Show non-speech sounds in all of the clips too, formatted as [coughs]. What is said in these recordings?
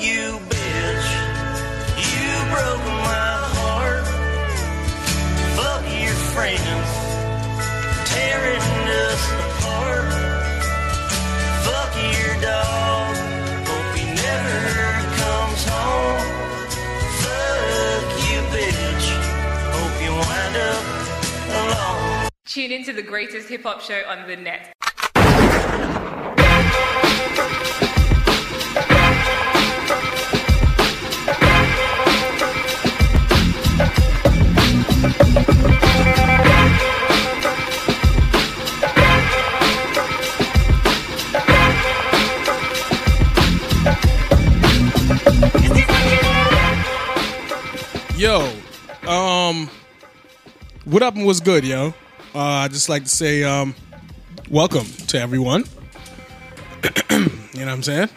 you bitch. You broke my heart. Fuck your friends, tearing us apart. Fuck your dog, hope he never comes home. Fuck you bitch, hope you wind up alone. Tune into the greatest hip hop show on the net. Yo, um, what up and what's good, yo? Uh, I just like to say, um, welcome to everyone. [clears throat] you know what I'm saying?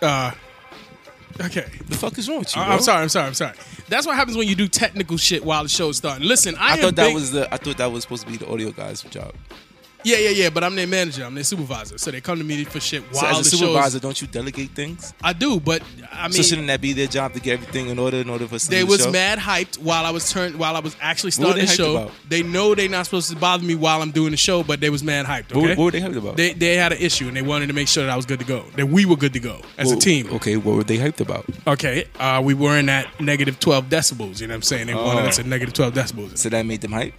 Uh, okay. The fuck is wrong with you? I- bro? I'm sorry. I'm sorry. I'm sorry. That's what happens when you do technical shit while the show's starting. Listen, I, I am thought that big- was the. I thought that was supposed to be the audio guy's job. yeah, yeah, yeah. But I'm their manager. I'm their supervisor. So they come to me for shit So while as a the supervisor, show's. don't you delegate things? I do, but I mean, so shouldn't that be their job to get everything in order in order for us to They do the was show? mad hyped while I was turned while I was actually What were starting they the hyped show. about? They know they're not supposed to bother me while I'm doing the show, but they was mad hyped. What, Okay? what were they hyped about? they they had an issue and they wanted to make sure that I was good to go, that we were good to go as Well, a team. Okay, Okay, what were they hyped about? uh, we were in at negative 12 decibels. You know what I'm saying? They wanted us at negative 12 decibels. So that made them hype.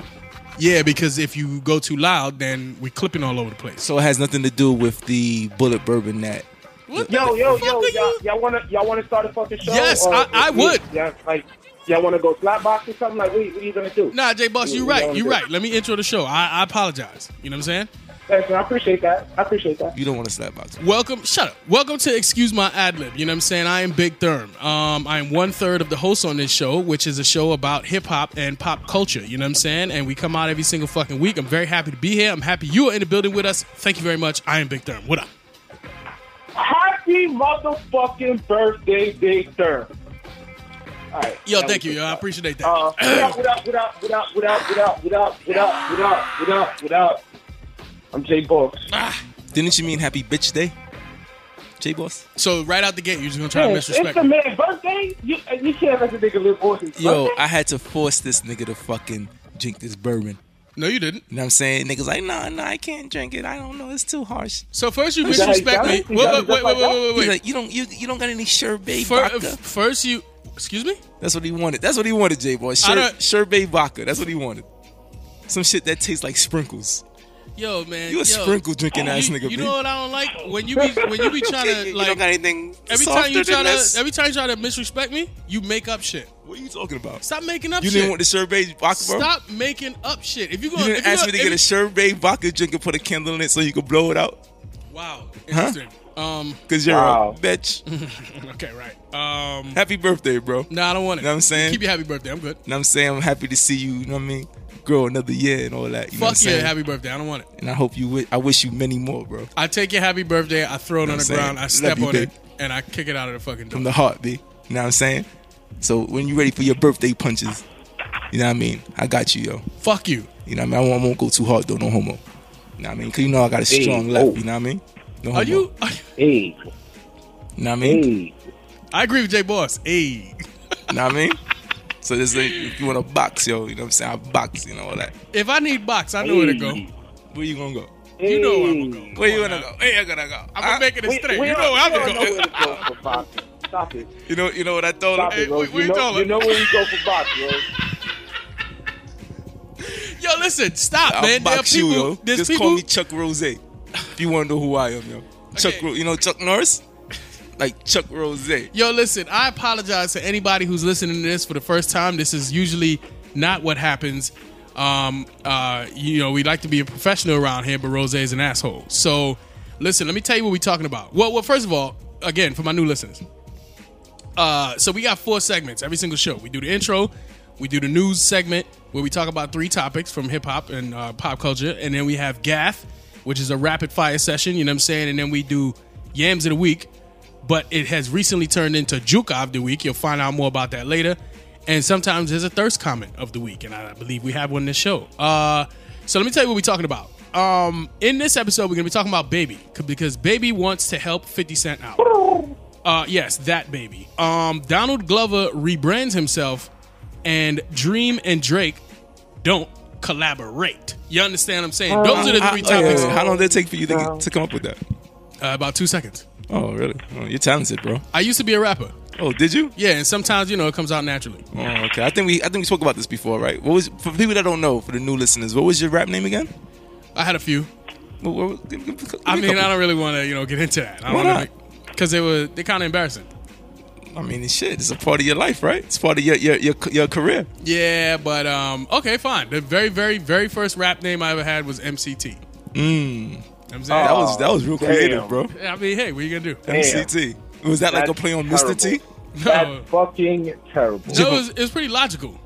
Yeah, because if you go too loud, then we clipping all over the place. So it has nothing to do with the bullet bourbon that. Yo, yo, yo, fuck are y'all, you- y'all wanna y'all wanna start a fucking show? Yes, Or- I- I would. Yeah, like y'all wanna go slap box or something? Like, what, what are you gonna do? Nah, Jay Boss, you Yeah, right. don't You do right. it. Let me intro the show. I, I apologize. You know what I'm saying? Thanks, man. I appreciate that. I appreciate that. You don't want to slap box. Welcome, shut up. Welcome to Excuse My Ad Lib. You know what I'm saying? I am Big Therm. Um, I am one third of the host on this show, which is a show about hip hop and pop culture. You know what I'm saying? And we come out every single fucking week. I'm very happy to be here. I'm happy you are in the building with us. Thank you very much. I am Big Therm. What up? Happy motherfucking birthday, Big Thurm. All right. Yo, That thank was you. Yo, good. I appreciate that. [clears throat] Uh, what up, what up, what up, what up, what up, what up, what up, what up, what up, what up, what up? I'm Jay Boss. Ah. Didn't you mean happy bitch day? J boss. so right out the gate, you're just gonna try to Man, It's disrespect the me. man's birthday. You, you can't let the nigga live off his Yo, birthday. I had to force this nigga to fucking drink this bourbon. No, you didn't. You know what I'm saying? Niggas like, nah, nah, I can't drink it. I don't know. It's too harsh. So first you You gotta- you disrespect gotta- me. you gotta Wait, wait, wait, wait, just like wait, He's wait, wait. like, you don't, you, you don't got any sherbet Fir- uh, vodka. First you, excuse me. That's what he wanted. That's what he wanted, J boy. I Sher- don't- sherbet vodka. That's what he wanted. Some shit that tastes like sprinkles. Yo, man, You a yo. sprinkle drinking ass You- nigga, You B. know what I don't like when you be when you be trying [laughs] You- to you don't like got anything Every softer time you try than to, this? every time you try to disrespect me, you make up shit. what are you talking about? Stop making up You shit. didn't want the sherbet vodka, bro. Stop making up shit. If you You going, didn't ask me to get a sherbet vodka drink and put a candle in it so you could blow it out. wow, interesting. Um, Cause you're Wow. [laughs] a bitch. okay, right. Um, Happy birthday, bro. no, I don't want it. Know what I'm saying? keep your happy birthday. I'm good. You know what I'm saying? I'm happy to see you, you know what I mean? Grow another year and all that. You know what Fuck I'm your saying? happy birthday. I don't want it. and I hope you wi- I wish you many more, bro. I take your happy birthday. I throw it Know on what the I'm saying? ground. I Love step you, on babe. it and I kick it out of the fucking door. From the heart, B. You know what I'm saying? So when you ready for your birthday punches, you know what I mean? I got you, yo. Fuck you. You know what I mean? I won't, I won't go too hard though, no homo. You know what I mean? Cause you know I got a Hey, strong left, oh. you know what I mean? No homo. Are you? Are you Hey, You know what I mean? hey. I agree with Jay Boss. Hey, You know what I mean? So this like if you want to box, yo, you know what I'm saying? I box, you know all that. if I need box, I know where to go. Hey. Where you gonna go? You know where I'm gonna go. Where you gonna go? Hey, I gotta go. I'm gonna make it a We- straight. we You know all- where I'm we gonna all go. know where to go for boxing. Stop it. You know, you know what I told Stop him? Hey, it, Rose. we- we you, know, told her. you know where we go for boxing, [laughs] Rose. Yo, listen, stop, I'll man. There are box people. you, yo. There's Just people. call me Chuck Rose. If you wanna know who I am, yo. Chuck, Okay. Ro- you know Chuck Norris? Like Chuck Rose. Yo, listen, I apologize to anybody who's listening to this for the first time. This is usually not what happens. Um, uh, you know, we like to be a professional around here, but Rose is an asshole. So, listen, let me tell you what we're talking about. Well, well, first of all, again, for my new listeners, uh, so we got four segments every single show. We do the intro, we do the news segment where we talk about three topics from hip hop and uh, pop culture, and then we have Gaff, which is a rapid fire session. You know what I'm saying? And then we do Yams of the Week, but it has recently turned into Juka of the Week. You'll find out more about that later. And sometimes there's a thirst comment of the week, and I believe we have one this show. Uh, so let me tell you what we're talking about. Um, in this episode, we're gonna be talking about Baby c- because Baby wants to help 50 Cent out. Uh, yes, that baby. Um, Donald Glover rebrands himself, and Dream and Drake don't collaborate. You understand what I'm saying? Those are the How- three oh, yeah, topics. yeah. How long did it take for you to, get- to come up with that? Uh, about two seconds. Oh, really? Oh, you're talented, bro. I used to be a rapper. Oh, did you? Yeah, and sometimes you know it comes out naturally. Oh, okay. I think we I think we spoke about this before, right? What was for people that don't know, for the new listeners, what was your rap name again? I had a few. What, what was- give- give- give I me a mean, I couple. don't really want to you know get into that. I Why wanna not? make- Cause they were they kind of embarrassing. I mean, it's shit. It's a part of your life, right? It's part of your your your, your career. Yeah, but um, okay, fine. The very, very, very first rap name I ever had was MCT. Mm. I'm saying, That was that was real Oh, Damn. creative, bro. I mean, hey, what are you gonna do? MCT. Was that like a That's play on Mr. T? terrible. [laughs] No, That's fucking terrible. no, it was, it was pretty logical.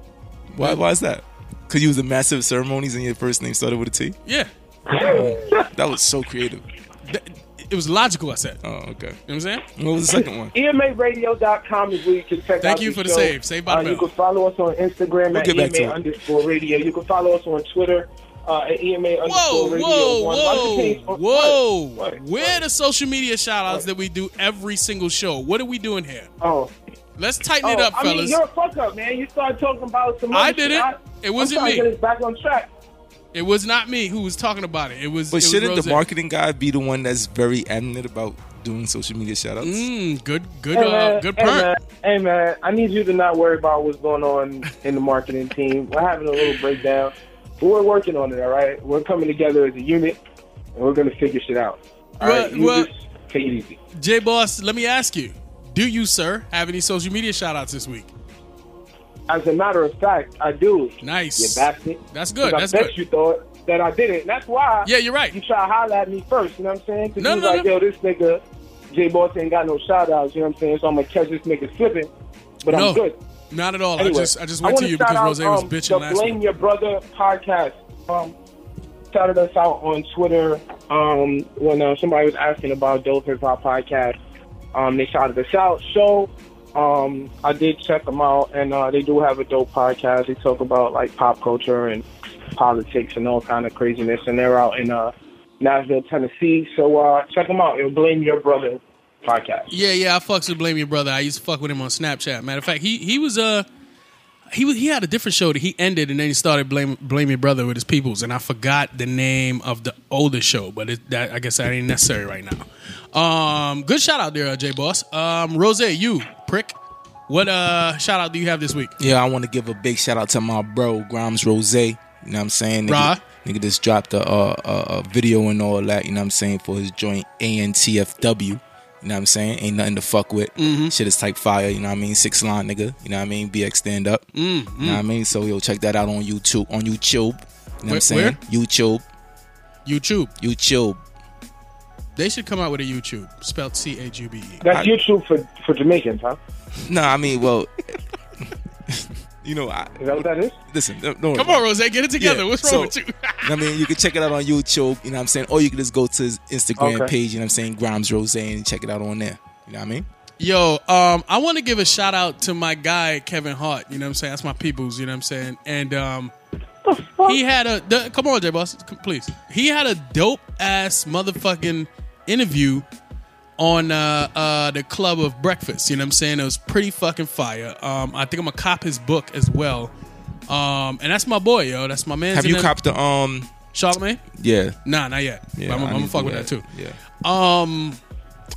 Why why is that? Cause you was the massive ceremonies and your first name started with a T. Yeah, That was so creative. Th- it was logical. I said. Oh, okay. You know what I'm saying? What was the second one? E EMARadio.com is where you can check Thank out you for the show. save. Save by uh, the You bell. can follow us on Instagram We'll at get back to EMA it. underscore radio. You can follow us on Twitter uh, at EMA Whoa, underscore radio. whoa, one. Why do you whoa, change- what? whoa! What? Where the social media shout outs that we do every single show? What are we doing here? Oh. Let's tighten it Oh, up, I mean, fellas. you're a fuck up, man. You started talking about some. I other did shit. it. I- It wasn't I'm trying me. To get us back on track. It was not me who was talking about it. It was. But it was shouldn't the Rosé. marketing guy be the one that's very adamant about doing social media shout outs? Mm, good, good, Hey, uh, man, good hey, man, perk. hey man, I need you to not worry about what's going on in the marketing team. We're having a little breakdown, but we're working on it. All right, we're coming together as a unit, and we're gonna figure shit out. All Well, right, you well- just take it easy. J Boss, let me ask you. Do you, sir, have any social media shout outs this week? As a matter of fact, I do. You Nice. bastard. That's good, 'Cause I that's bet good. you thought that I didn't. That's why. Yeah, you're You right. try to holler at me first. You know what I'm saying? 'Cause No, you was no, like, no. yo, this nigga J Boss ain't got no shout outs. You know what I'm saying? So I'm gonna catch this nigga slipping, but No. I'm good. Not at all. Anyway, I just I just went wanna to you shout because out, Rose was um, bitching the last Blame week. Your Brother podcast. Um, shouted us out on Twitter um, when uh, somebody was asking about Dope Hip Hop podcast. Um, they shouted us out. So um, I did check them out, and uh, they do have a dope podcast. They talk about like pop culture and politics and all kind of craziness, and they're out in uh, Nashville, Tennessee. So uh, check them out. It'll Blame Your Brother podcast. Yeah, yeah, I fucks with Blame Your Brother. I used to fuck with him on Snapchat. Matter of fact, he he was uh he was, he had a different show that he ended and then he started Blame Blame Your Brother with his peoples and I forgot the name of the older show, but it, that I guess that ain't necessary right now. Um good shout out there, uh, J Boss. Um Rose, you prick. What uh shout out do you have this week? Yeah, I want to give a big shout out to my bro Grimes Rose. You know what I'm saying? Nigga, Rah. nigga just dropped a, a, a, a video and all that. You know what I'm saying for his joint ANTFW. You know what I'm saying? Ain't nothing to fuck with. Mm-hmm. Shit is type fire. You know what I mean? Six line nigga. You know what I mean? BX stand up. Mm, You know what I mean? So yo, check that out on YouTube. On YouTube. You know what Where- I'm saying? where? YouTube. YouTube. YouTube. They should come out with a YouTube spelled C H U B E. That's I- YouTube for for Jamaicans, huh? No, I mean, well, [laughs] you know, I, Is that what that is? listen. Don't worry Come on, Rose, get it together. Yeah, What's wrong so- with you? [laughs] I mean, you can check it out on YouTube, you know what I'm saying? Or you can just go to his Instagram Okay. page, you know what I'm saying? Grimes Rose and check it out on there. You know what I mean? Yo, um, I want to give a shout out to my guy Kevin Hart. You know what I'm saying? That's my peoples. You know what I'm saying? And um, he had a the, come on, J Boss, c- please. He had a dope ass motherfucking interview on uh, uh, the Club of Breakfast. You know what I'm saying? It was pretty fucking fire. Um, I think I'm gonna cop his book as well. Um, and that's my boy, yo. That's my man. Have you copped the um Charlemagne? Yeah. Nah, not yet. Yeah. but I'm, I I'm need gonna to fuck do with that too. Yeah.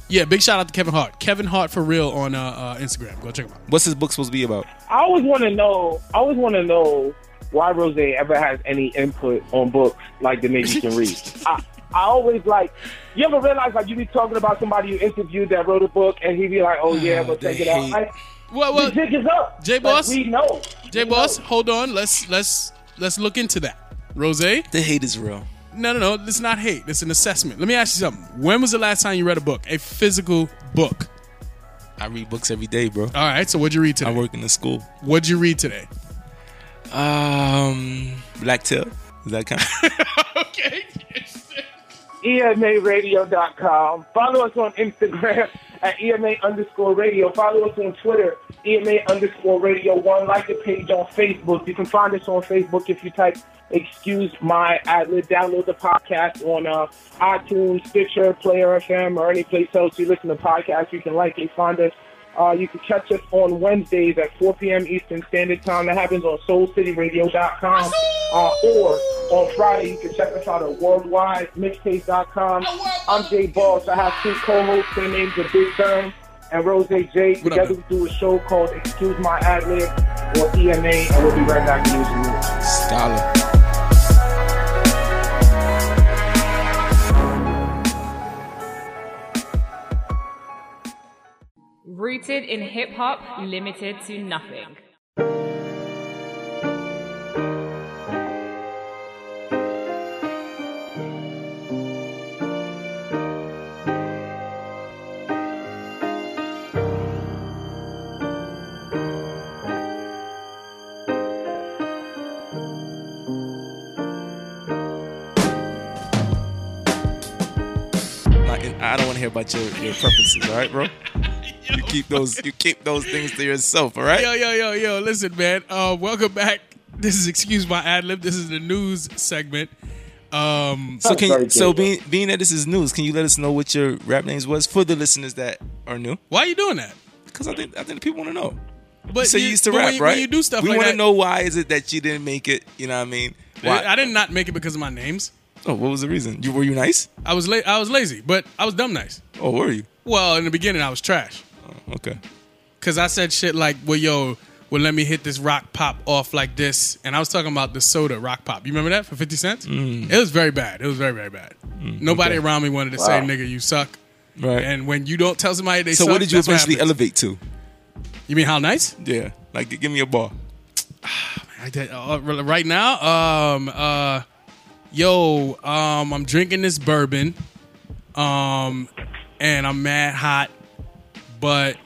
Yeah, big shout out to Kevin Hart. Kevin Hart for real on uh, uh, Instagram. Go check him out. What's his book supposed to be about? I always want to know. I always want to know why Rose ever has any input on books like the [laughs] nigga can read. I, I always like. You ever realize like you be talking about somebody you interviewed that wrote a book and he be like, "Oh yeah, we'll Ah, they check it out." hate- Like, Well, the well, jig is up. Jay Like, Boss? we know. J We Boss, know. hold on. Let's let's let's look into that. Rose, no, The hate is real. no, no. It's not hate. It's an assessment. Let me ask you something. When was the last time you read a book, a physical book? I read books every day, bro. All right. So what'd you read I today? work in the school. What'd you read today? Um Black Tail. Is [laughs] that kind of okay. E EMARadio.com. Follow us on Instagram at EMA underscore radio. Follow us on Twitter, EMA underscore radio one. Like the page on Facebook. You can find us on Facebook if you type excuse my adlib. Download the podcast on uh, iTunes, Stitcher, Player FM, or any place else you listen to podcasts. You can likely find us. Uh, you can catch us on Wednesdays at 4 p.m. Eastern Standard Time. That happens on SoulCityRadio.com. Uh, or on Friday, you can check us out at WorldwideMixtape.com. I'm Jay Boss. I have two co-hosts. Their names are Big Burn and Rose J. What up, Together we do a show called Excuse My Ad Lib or EMA, and we'll be right back to you. soon. Scholar. Rooted in hip hop, limited to nothing. Like, and I don't want to hear about your, your preferences, [laughs] all right, bro? You keep those you keep those things to yourself, all right? Yo, yo, yo, yo, listen, man. Uh, welcome back. [laughs] This is excuse my ad lib. This is the news segment. Um, So can Sorry, you, so Jacob. being being that this is news, can you let us know what your rap names was for the listeners that are new? why are you doing that? Because I think I think people want to know. But so you used to but rap, when you, right? When you do stuff we like wanna that, know why is it that you didn't make it? You know what I mean? Why? I did not make it because of my names. oh, what was the reason? You were you nice? I was la- I was lazy, but I was dumb nice. Oh, were you? Well, in the beginning, I was trash Oh, okay. because I said shit like, "Well, yo, well, let me hit this rock pop off like this," and I was talking about the soda rock pop. You remember that for fifty cents? Mm. It was very bad. It was very very bad. Nobody around me wanted to say, Wow. "Nigga, you suck." Right. And when you don't tell somebody they so suck, what did you that's eventually happens. elevate to? you mean how nice? Yeah. Like g- give me a bar. I did- uh, r- right now, um, uh, yo, um, I'm drinking this bourbon, um, and I'm mad hot, but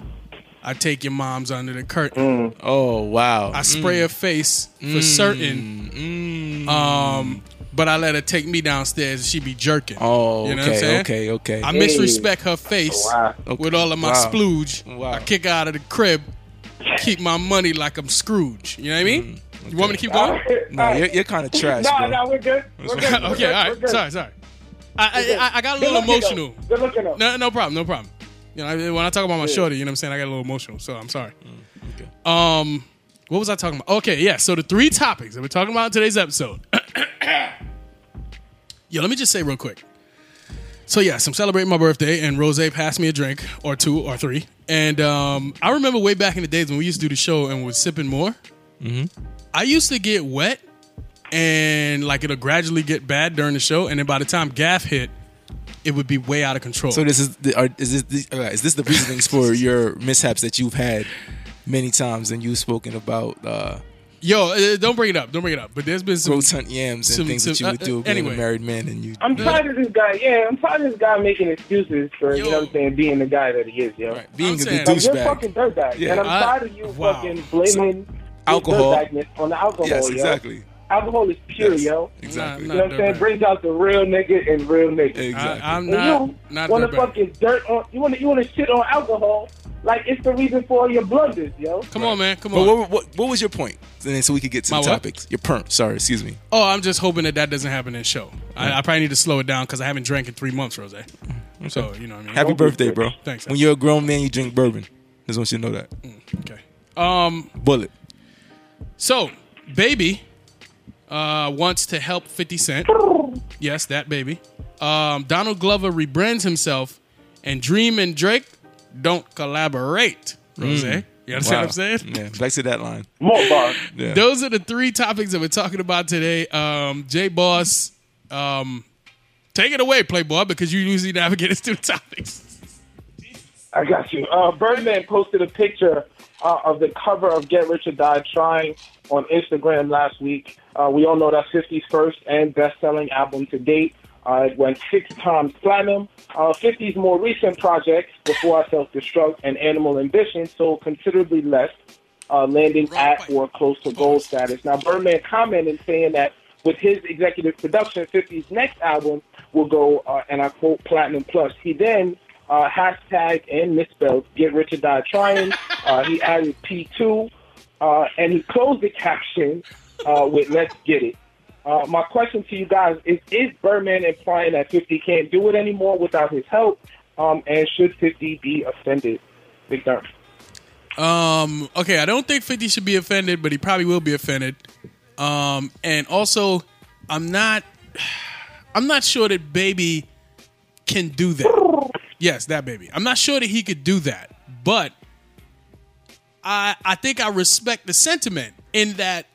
I take your mom's under the curtain. Oh wow. I spray Mm. her face for certain, um, but I let her take me downstairs and she be jerking. Oh, you know what I'm okay, saying? okay, okay. I Hey. misrespect her face Wow. with all of my Wow. splooge. Wow. I kick her out of the crib, keep my money like I'm Scrooge. You know what I mean? Mm, You want me to keep [laughs] going? no, you're, you're kind of trash, No, bro. no, we're good. We're good. [laughs] We're okay, good. all We're right. good. Sorry, sorry. I, I, I, I got a Good little looking, though. emotional. Good looking though. No, no problem, no problem. You know, I- when I talk about my shorty, you know what I'm saying? I got a little emotional, so I'm sorry. Mm, okay. Um, what was I talking about? Okay, yeah. So the three topics that we're talking about in today's episode. [coughs] Yo, let me just say real quick. So yes, I'm celebrating my birthday, and Rose passed me a drink or two or three. And um, I remember way back in the days when we used to do the show and was sipping more. Mm-hmm. I used to get wet, and like it'll gradually get bad during the show, and then by the time Gaff hit, it would be way out of control. So this is the are, is this the, uh, is this the reasonings [laughs] for your mishaps that you've had many times and you've spoken about uh, Yo, uh, don't bring it up, don't bring it up. But there's been some rotunt yams and Some- things that some- you would uh, do uh, being anyway. a married man and you. I'm tired of this guy. Yeah, I'm tired of this guy making excuses for you Yo. know what I'm saying, being the guy that he is, yo. Right, I'm being a saying- good Like, you're douchebag. fucking dirtbag, Yeah. and I'm I- tired of you wow. fucking blaming your Alcohol. dirtbagness on the alcohol. Yes, yo. exactly. Alcohol is pure, Yes, yo. Exactly. Nah, You know what I'm saying? dirtbag. Brings out the real nigga and real nigga. Exactly. I, am And not you not want dirtbag. to fucking dirt on you want to you want to shit on alcohol like it's the reason for all your blunders, yo. Come on, man. Come but on. what, what what was your point? And then so we could get to My the what? topics. Your perm. Sorry, excuse me. Oh, I'm just hoping that that doesn't happen in the show. I, I probably need to slow it down because I haven't drank in three months, Rose. Mm, So you know what I mean. Happy birthday, bro. Thanks. Mm. When you're a grown man, you drink bourbon. Just want you to know that. okay. Um. Bullet. So, baby, uh, wants to help 50 Cent. Yes, that baby. Um, Donald Glover rebrands himself, and Dream and Drake don't collaborate. Rose, you understand what I'm saying? Mm. Yeah. Back to that line. More bars. Yeah. Those are the three topics that we're talking about today. Um, J Boss, um, take it away, Playboy, because you usually navigate us through the topics. I got you. Uh, Birdman posted a picture uh, of the cover of Get Rich or Die Trying on Instagram last week. Uh, we all know that's 50's first and best-selling album to date. Uh, it went six times platinum. Uh, 50's more recent projects, Before I Self-Destruct and Animal Ambition, sold considerably less, uh, landing at or close to gold status. Now, Birdman commented saying that with his executive production, 50's next album will go, uh, and I quote, platinum plus. He then uh, hashtag and misspelled get rich or die [laughs] trying. Uh, he added P2, uh, and he closed the caption uh, with let's get it. Uh, my question to you guys is: Is Birdman implying that 50 can't do it anymore without his help? Um, and should 50 be offended? Big Durf. Um, okay, I don't think 50 should be offended, but he probably will be offended. Um, and also, I'm not [sighs] I'm not sure that baby can do that. Yes, that baby. I'm not sure that he could do that. But I I think I respect the sentiment in that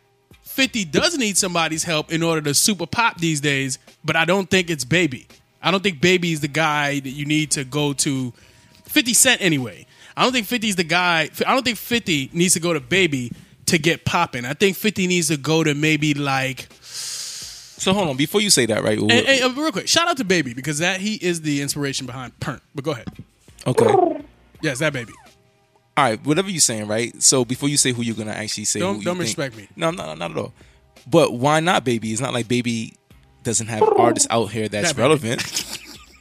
50 does need somebody's help in order to super pop these days, but I don't think it's Baby. I don't think Baby is the guy that you need to go to 50 Cent anyway. I don't think 50 is the guy. I don't think 50 needs to go to Baby to get popping. I think 50 needs to go to maybe like So hold on, before you say that, right? and, and, uh, real quick, shout out to Baby because that he is the inspiration behind Pernt. But go ahead. okay. All Yes, that Baby. right, whatever you're saying, right? So before you say who you're gonna actually say, Don't- who you don't think- respect me. No, no, not at all. But why not, baby? It's not like baby doesn't have artists out here that's That Baby. relevant.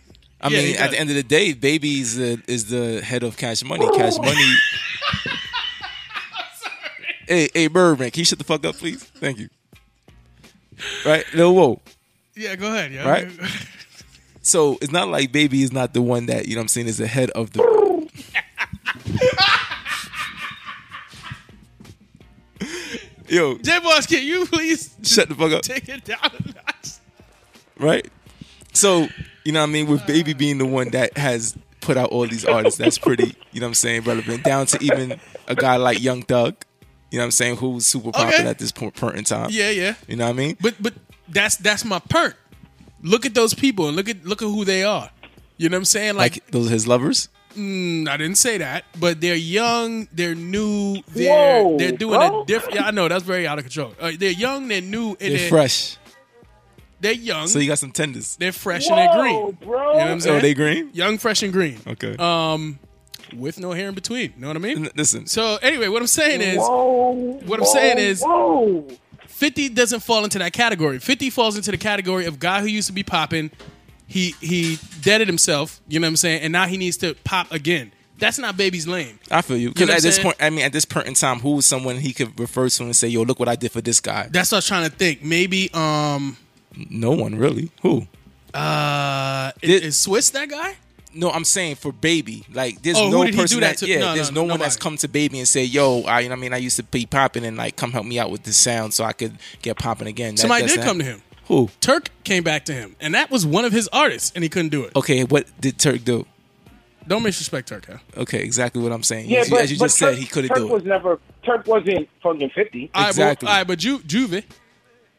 [laughs] I Yeah, he mean, at does. the end of the day, baby is the, is the head of Cash Money. [laughs] Cash Money. hey, hey, Birdman, can you shut the fuck up, please? Thank you. Right, no, whoa. Yeah, go ahead. Yeah. [laughs] Right? So it's not like baby is not the one that you know what I'm saying is the head of the. [laughs] Yo, J Boss, can you please shut the fuck up, take it down a notch? right? So you know what I mean with baby being the one that has put out all these artists, that's pretty you know what I'm saying relevant. Down to even a guy like Young Thug, you know what I'm saying, who's super popular at this point, point in time. Yeah, yeah. you know what I mean. But but that's that's my Pernt. Look at those people and look at look at who they are. You know what I'm saying? Like, Like those are his lovers. I didn't say that, but they're young, they're new, they're Whoa, they're doing bro. a different. Yeah, I know that's very out of control. Uh, they're young, they're new, and They're they're, fresh, they're young, so you got some tenders. they're fresh, Whoa, and they're green. bro. You know what I'm saying? Oh, they green. young, fresh, and green. Okay. Um, with no hair in between. You know what I mean? N- Listen, So anyway, what I'm saying is, Whoa. what I'm saying is- Whoa. 50 doesn't fall into that category. 50 falls into the category of guy who used to be popping. He he deaded himself, you know what I'm saying, and now he needs to pop again. That's not baby's lane. I feel you. You Because know what at I'm this saying? point, I mean, at this point in time, who is someone he could refer to and say, "Yo, look what I did for this guy"? That's what I was trying to think. Maybe um No one really. Who? uh is, Did- is Swiss that guy? No, I'm saying for baby. Like, there's Oh, who no did he do person that that. to? yeah, No, there's no, no, one that's nobody. come to baby and say, "Yo, I, you know, what I mean, I used to be popping and like, come help me out with this sound so I could get popping again." That- Somebody that's did not- come to him. Who? Turk came back to him, and that was one of his artists, and he couldn't do it. Okay, what did Turk do? Don't disrespect Turk, huh? Okay, exactly what I'm saying. Yeah, as, you- but, as you but just Turk, said, he couldn't Turk do was it. never. Turk wasn't fucking 50. All right, well, Exactly. all right, but Ju- Juvie,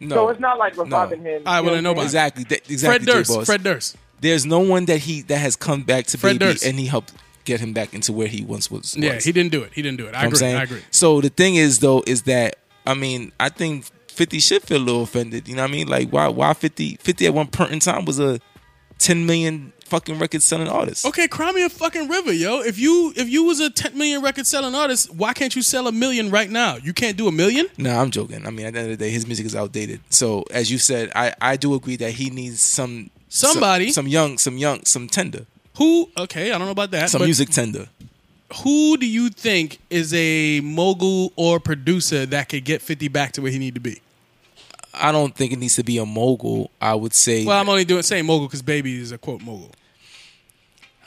No, So it's not like reviving No. him. I you know wouldn't what I'm know saying? exactly. That, Fred exactly. Durst, J-Boss. Fred Durst. There's no one that he that has come back to Fred baby Durst. and he helped get him back into where he once was. Yeah, was. he didn't do it. He didn't do it. I You know what I'm agree. saying? I agree. So the thing is though, is that I mean, I think 50 should feel a little offended. You know what I mean? Like why why 50 50 at one point in time was a 10 million fucking record selling artist. Okay, cry me a fucking river, yo. If you if you was a 10 million record selling artist, why can't you sell a million right now? You can't do a million? No, I'm joking. I mean, at the end of the day, his music is outdated. So as you said, I, I do agree that he needs some Somebody. some, some young, some young, some tender, Who? Okay, I don't know about that. some but music tender. Who do you think is a mogul or producer that could get 50 back to where he need to be? I don't think it needs to be a mogul. I would say Well, I'm only doing saying mogul because Baby is a quote mogul.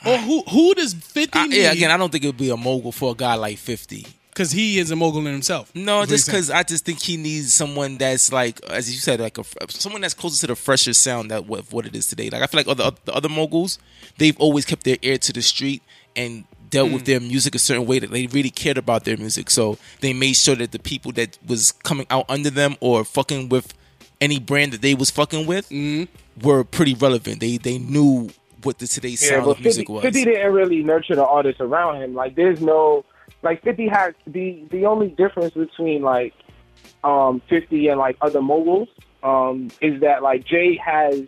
Or who who does 50 I- need? yeah, again, I don't think it would be a mogul for a guy like 50. because he is a mogul in himself. That's No, what just uh, he's saying. because I just think he needs someone that's like, as you said, like a someone that's closer to the fresher sound that what what it is today. Like I feel like other the other moguls, they've always kept their ear to the street and dealt Mm. with their music a certain way that they really cared about their music. So they made sure that the people that was coming out under them or fucking with any brand that they was fucking with Mm-hmm. were pretty relevant. They they knew what the today's Yeah, sound but of music 50, was. 50 didn't really nurture the artists around him. Like, there's no, like, 50 has the the only difference between like, um, 50 and like other moguls, um, is that like Jay has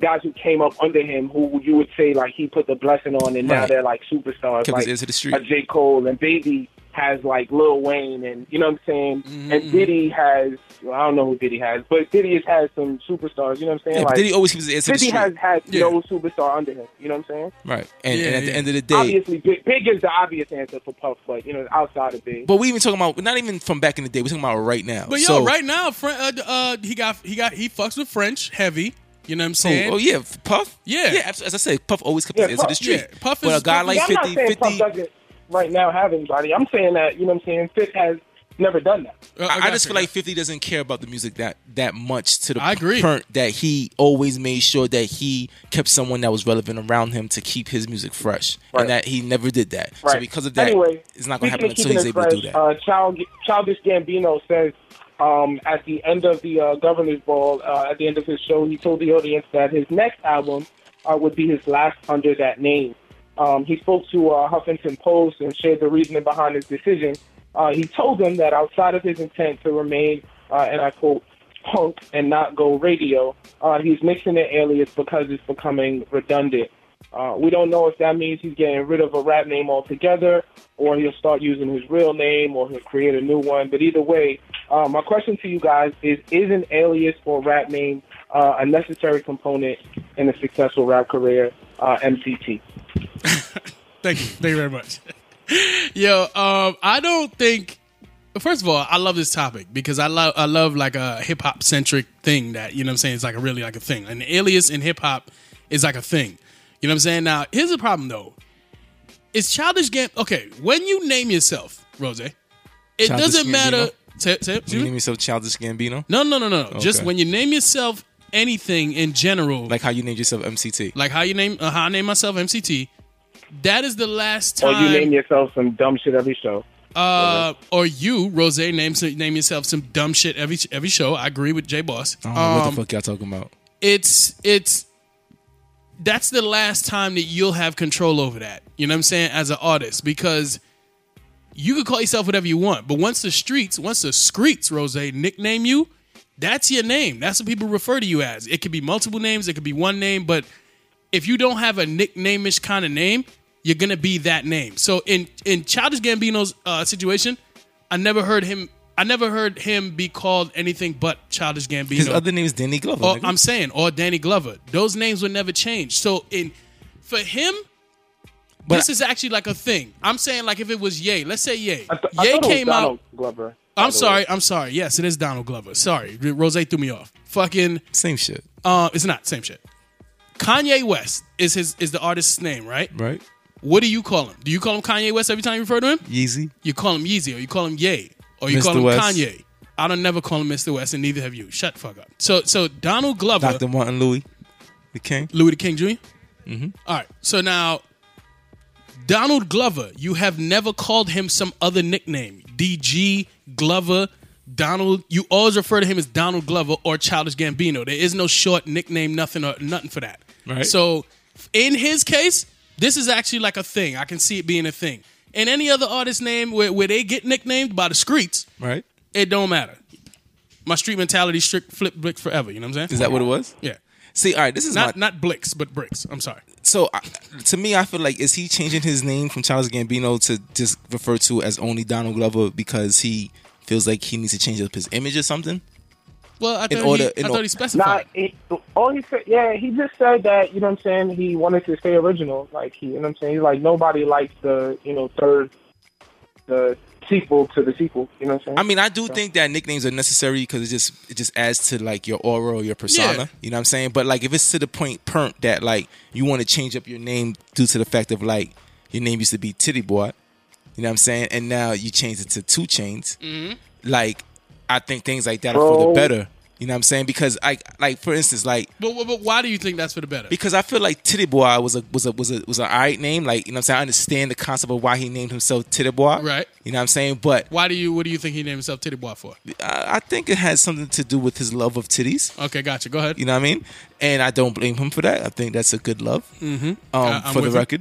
guys who came up under him who you would say like he put the blessing on, and now Right. they're like superstars, Kept his like ear to the street. a J Cole and Baby has like Lil Wayne and you know what I'm saying, Mm-hmm. and Diddy has well, I don't know who Diddy has, but Diddy has had some superstars. You know what I'm saying? Yeah, like but Diddy always keeps his ear to the Diddy street. has had Yeah. no superstar under him. You know what I'm saying? right. And, Yeah, and at yeah. the end of the day, Obviously, Big, Big is the obvious answer for Puff, but you know outside of Big. but we even talking about not even from back in the day. We're talking about right now. But yo, so, right now, Fren- uh, uh, he got he got he fucks with French heavy. You know what I'm Oh, saying? oh, yeah, F- Puff. Yeah. yeah. abso- As I said, Puff always kept Yeah, his ear to the Puff, street. yeah. Puff but is- a guy Puff- like Yeah, I'm 50, not saying 50 Puff doesn't right now have anybody. I'm saying that you know what I'm saying. Fifth has never done that. Uh, I, I got just you. feel like Fifty doesn't care about the music that that much to the I agree. point that he always made sure that he kept someone that was relevant around him to keep his music fresh, Right. and that he never did that. So Right. because of that, anyway, it's not gonna speaking happen of until keeping he's it able to do fresh, that. Uh, Child, Childish Gambino says um, at the end of the uh, Governor's Ball, uh, at the end of his show, he told the audience that his next album uh, would be his last under that name. Um, he spoke to uh, Huffington Post and shared the reasoning behind his decision. Uh, he told them that outside of his intent to remain, uh, and I quote, punk and not go radio, uh, he's mixing the alias because it's becoming redundant. Uh, we don't know if that means he's getting rid of a rap name altogether, or he'll start using his real name, or he'll create a new one. But either way, uh, my question to you guys is: Is an alias or rap name uh, a necessary component in a successful rap career? Uh, MCT. Thank you. Thank you very much. [laughs] Yo, um, I don't think. First of all, I love this topic because I love I love like a hip hop centric thing that you know what I'm saying is like a really like a thing. An alias in hip hop is like a thing. You know what I'm saying? Now here's the problem though. It's childish game. Okay, when you name yourself Rose, it Childish doesn't matter. Gambino. Say- say- You excuse name me? yourself Childish Gambino, No, no, no, no. no. Just Okay. when you name yourself anything in general, like how you named yourself MCT. like how you name uh, how I name myself MCT. That is the last Or time. Oh, you name yourself some dumb shit every show. Uh, or you, Rose, name name yourself some dumb shit every every show. I agree with J Boss. I don't know what Um, the fuck y'all talking about. it's it's that's the last time that you'll have control over that. You know what I'm saying? As an artist, because you could call yourself whatever you want, but once the streets, once the streets, Rose, nickname you, that's your name. That's what people refer to you as. It could be multiple names, it could be one name, but if you don't have a nicknameish kind of name, you're gonna be that name. So in in Childish Gambino's uh, situation, I never heard him. I never heard him be called anything but Childish Gambino. His other name is Danny Glover. Or, nigga. Oh, I'm saying, or Danny Glover. Those names would never change. So in for him, But this is actually like a thing. I'm saying like if it was Ye, let's say Ye. I th- I Ye thought it was came out. Donald Glover. by I'm the way. sorry. I'm sorry. Yes, it is Donald Glover. Sorry, Rose threw me off. Fucking, same shit, uh, it's not same shit. Kanye West is his is the artist's name, right? right? What do you call him? Do you call him Kanye West every time you refer to him? Yeezy. You call him Yeezy, or you call him Ye, or you Mr. call him West. Kanye. I don't never call him Mr. West, and neither have you. Shut the fuck up. So, so Donald Glover, Dr. Martin Louis, the king. Louis the King junior Mm-hmm. All right. So now, Donald Glover, you have never called him some other nickname. DG, Glover, Donald. You always refer to him as Donald Glover or Childish Gambino. There is no short nickname, nothing or nothing for that. Right. So in his case, this is actually like a thing. I can see it being a thing. And any other artist name where, where they get nicknamed by the streets, Right? it don't matter. My street mentality, strict flip bricks forever. You know what I'm saying? Is that what it was? yeah. See, all right, this is Not my, not Blicks, but Bricks. I'm sorry. so I, to me, I feel like is he changing his name from Charles Gambino to just refer to as only Donald Glover because he feels like he needs to change up his image or something? Well, I thought, order- he, in I or- thought he specified. Not it, all he said. Yeah, he just said that. You know what I'm saying? He wanted to stay original. Like he, you know what I'm saying? He's like nobody likes the you know third, the sequel to the sequel. You know what I'm saying? I mean, I do think that nicknames are necessary because it just it just adds to like your aura or your persona. Yeah. You know what I'm saying? But like if it's to the point perm that like you want to change up your name due to the fact of like your name used to be Titty Boy, you know what I'm saying, and now you change it to Two Chains. Mm-hmm. Like I think things like that are for the Bro. better. You know what I'm saying? Because I like for instance like But, but, but why do you think that's for the better? because I feel like Titty Boy was a was a was a was an alright name. Like you know what I'm saying. I understand the concept of why he named himself Titty Boy. Right. You know what I'm saying. But why do you? What do you think he named himself Titty Boy for? I, I think it has something to do with his love of titties. Okay, gotcha. Go ahead. You know what I mean? And I don't blame him for that. I think that's a good love. Mm-hmm. Um, I'm for with the you. Mm-hmm. record.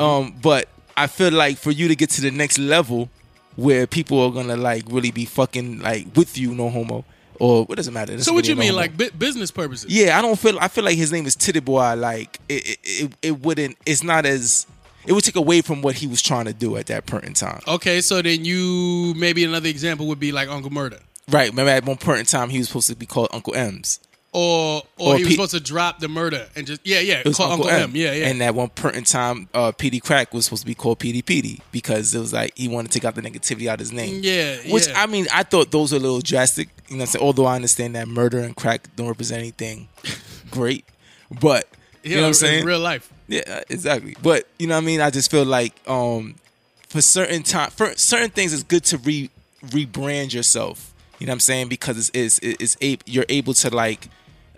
Um, but I feel like for you to get to the next level where people are gonna like really be fucking like with you, no homo, or it doesn't matter. It's so what really you no mean, homo. like bu- business purposes? Yeah, I don't feel. I feel like his name is Titty Boy. Like it, it, it, it wouldn't. It's not as. It would take away from what he was trying to do at that point in time. Okay, so then you maybe another example would be like Uncle Murder, Right. Remember at one point in time he was supposed to be called Uncle M's. or or, Or he was P- supposed to drop the murder and just yeah yeah It was call Uncle, M. yeah yeah And at one point in time, uh, PD Crack was supposed to be called PD PD because it was like he wanted to take out the negativity out of his name. Yeah, Which yeah. I mean, I thought those were a little drastic. You know, what I'm saying? although I understand that murder and crack don't [laughs] represent anything great, but you Yeah, know what I'm in saying? real life. Yeah, exactly. But you know what I mean? I just feel like um for certain time for certain things it's good to re rebrand yourself. You know what I'm saying? Because it's it's, it's a, you're able to like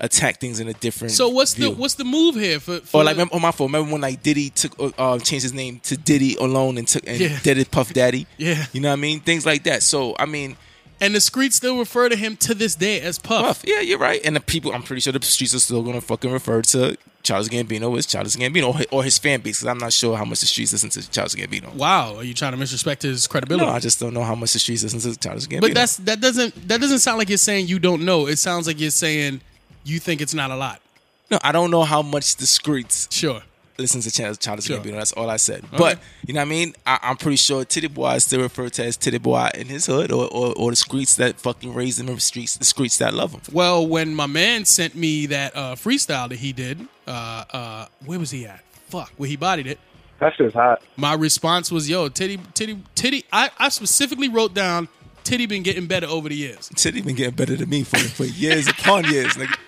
attack things in a different So what's view. the what's the move here for, for or like remember, on my phone, remember when like Diddy took uh, uh, changed his name to Diddy alone and took and Yeah. did it Puff Daddy. Yeah. you know what I mean. Things like that. So I mean, and the streets still refer to him to this day as Puff. Puff. Yeah, you're right. And the people, I'm pretty sure the streets are still gonna fucking refer to Charles Gambino as Charles Gambino or his, or his fan base. Because I'm not sure how much the streets listen to Charles Gambino. Wow, are you trying to disrespect his credibility? No, I just don't know how much the streets listen to Charles Gambino. but that's that doesn't that doesn't sound like you're saying you don't know. It sounds like you're saying you think it's not a lot. no, I don't know how much the streets Sure. listens to Charles, Charles Sure. Gambino. That's all I said. But you know what I mean? I, I'm pretty sure Titty Boy is still referred to as Titty Boy in his hood, or, or or the streets that fucking raised him, or the streets the streets that love him. Well, when my man sent me that uh, freestyle that he did, uh, uh, where was he at? Fuck, where he bodied it. That shit's hot. My response was, "Yo, titty, titty, titty." I, I specifically wrote down, "Titty been getting better over the [laughs] years." Titty been getting better than me for for years upon years, nigga.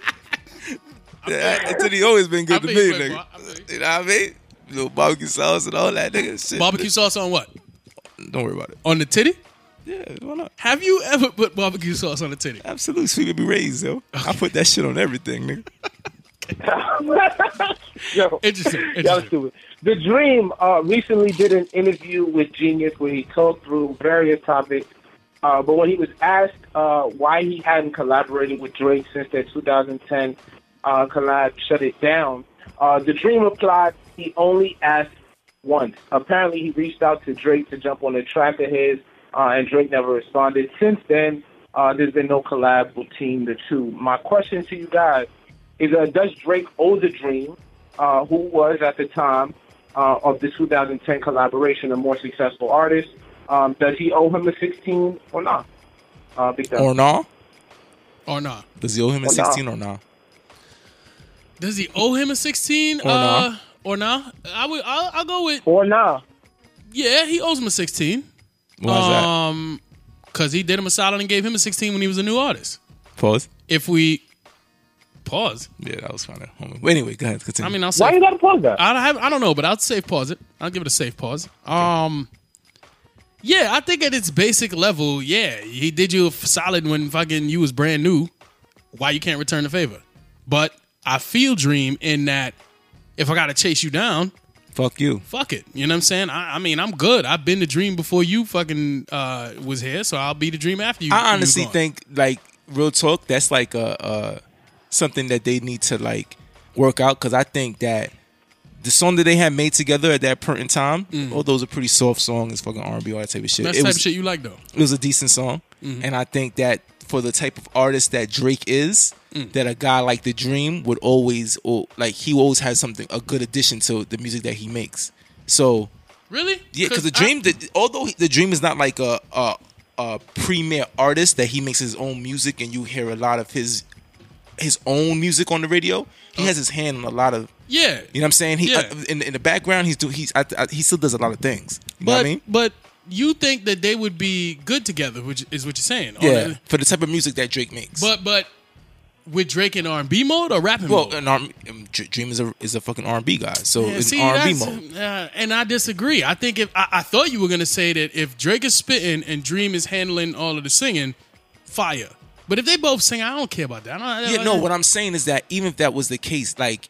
Yeah, Titty always been good I to feel me, you, Playboy. nigga. I feel you. You know what I mean? Little barbecue sauce and all that, nigga. Shit. Barbecue sauce on what? Don't worry about it. On the titty? Yeah, why not? Have you ever put barbecue sauce on a titty? Absolute sweet baby rays, yo. I put that shit on everything, nigga. [laughs] Interesting. Yo, That was Interesting. stupid. The Dream uh, recently did an interview with Genius where he talked through various topics. Uh, but when he was asked uh, why he hadn't collaborated with Drake since that 2010 uh, collab shut it down, uh, The Dream replied he only asked once. Apparently, he reached out to Drake to jump on a track of his, uh, and Drake never responded. Since then, uh, there's been no collab between the two. My question to you guys is uh, does Drake owe the dream, uh, who was at the time uh, of the 2010 collaboration a more successful artist? Um, does he owe him a 16 or not? Uh, because Or nah? Or not? Does he owe him a Or nah. 16 or nah? Does he owe him a sixteen? Or nah. Uh, or nah? I would. I'll, I'll go with. or not? Yeah, he owes him a sixteen. Why is that? Um, because he did him a solid and gave him a sixteen when he was a new artist. Pause. If we pause, Yeah, that was kind of homie. But anyway, go ahead. Continue. I mean, I'll say Why you gotta pause that? I don't have, I don't know, but I'll safe pause it. I'll give it a safe pause. Um, yeah, I think at its basic level, yeah, he did you a solid when fucking you was brand new. Why you can't return the favor? But I feel dream in that if I gotta chase you down, fuck you. fuck it. You know what I'm saying? I, I mean, I'm good. I've been the dream before you fucking uh, was here, so I'll be the dream after you. I you honestly gone. think, like, real talk, that's like a, uh something that they need to like work out because I think that the song that they had made together at that point in time, all those are pretty soft songs, it's fucking R and B, all that type of Mm. shit. that's it the type was of shit Mm-hmm. you like though. it was a decent song, and I think that for the type of artist that Drake is, Mm. that a guy like the Dream would always or like he always has something a good addition to the music that he makes. So Really? yeah, because the I- dream, the, although he- the dream is not like a, a a premier artist that he makes his own music, and you hear a lot of his his own music on the radio. He has his hand on a lot of. yeah, You know what I'm saying? He Yeah. uh, in, in the background, he's do he's I, I, he still does a lot of things. You But Oh, know what I mean? but you think that they would be good together, which is what you're saying. All Yeah, that- for the type of music that Drake makes. But but with Drake in R&B mode or rapping well, mode? an R- um, Dr- Dream is a is a fucking R&B guy, so Yeah, it's see, R&B that's- mode. uh, and I disagree. I think if I, I thought you were gonna say that if Drake is spitting and Dream is handling all of the singing, fire. But if they both sing, I don't care about that. I don't, Yeah, no. What I'm saying is that even if that was the case, like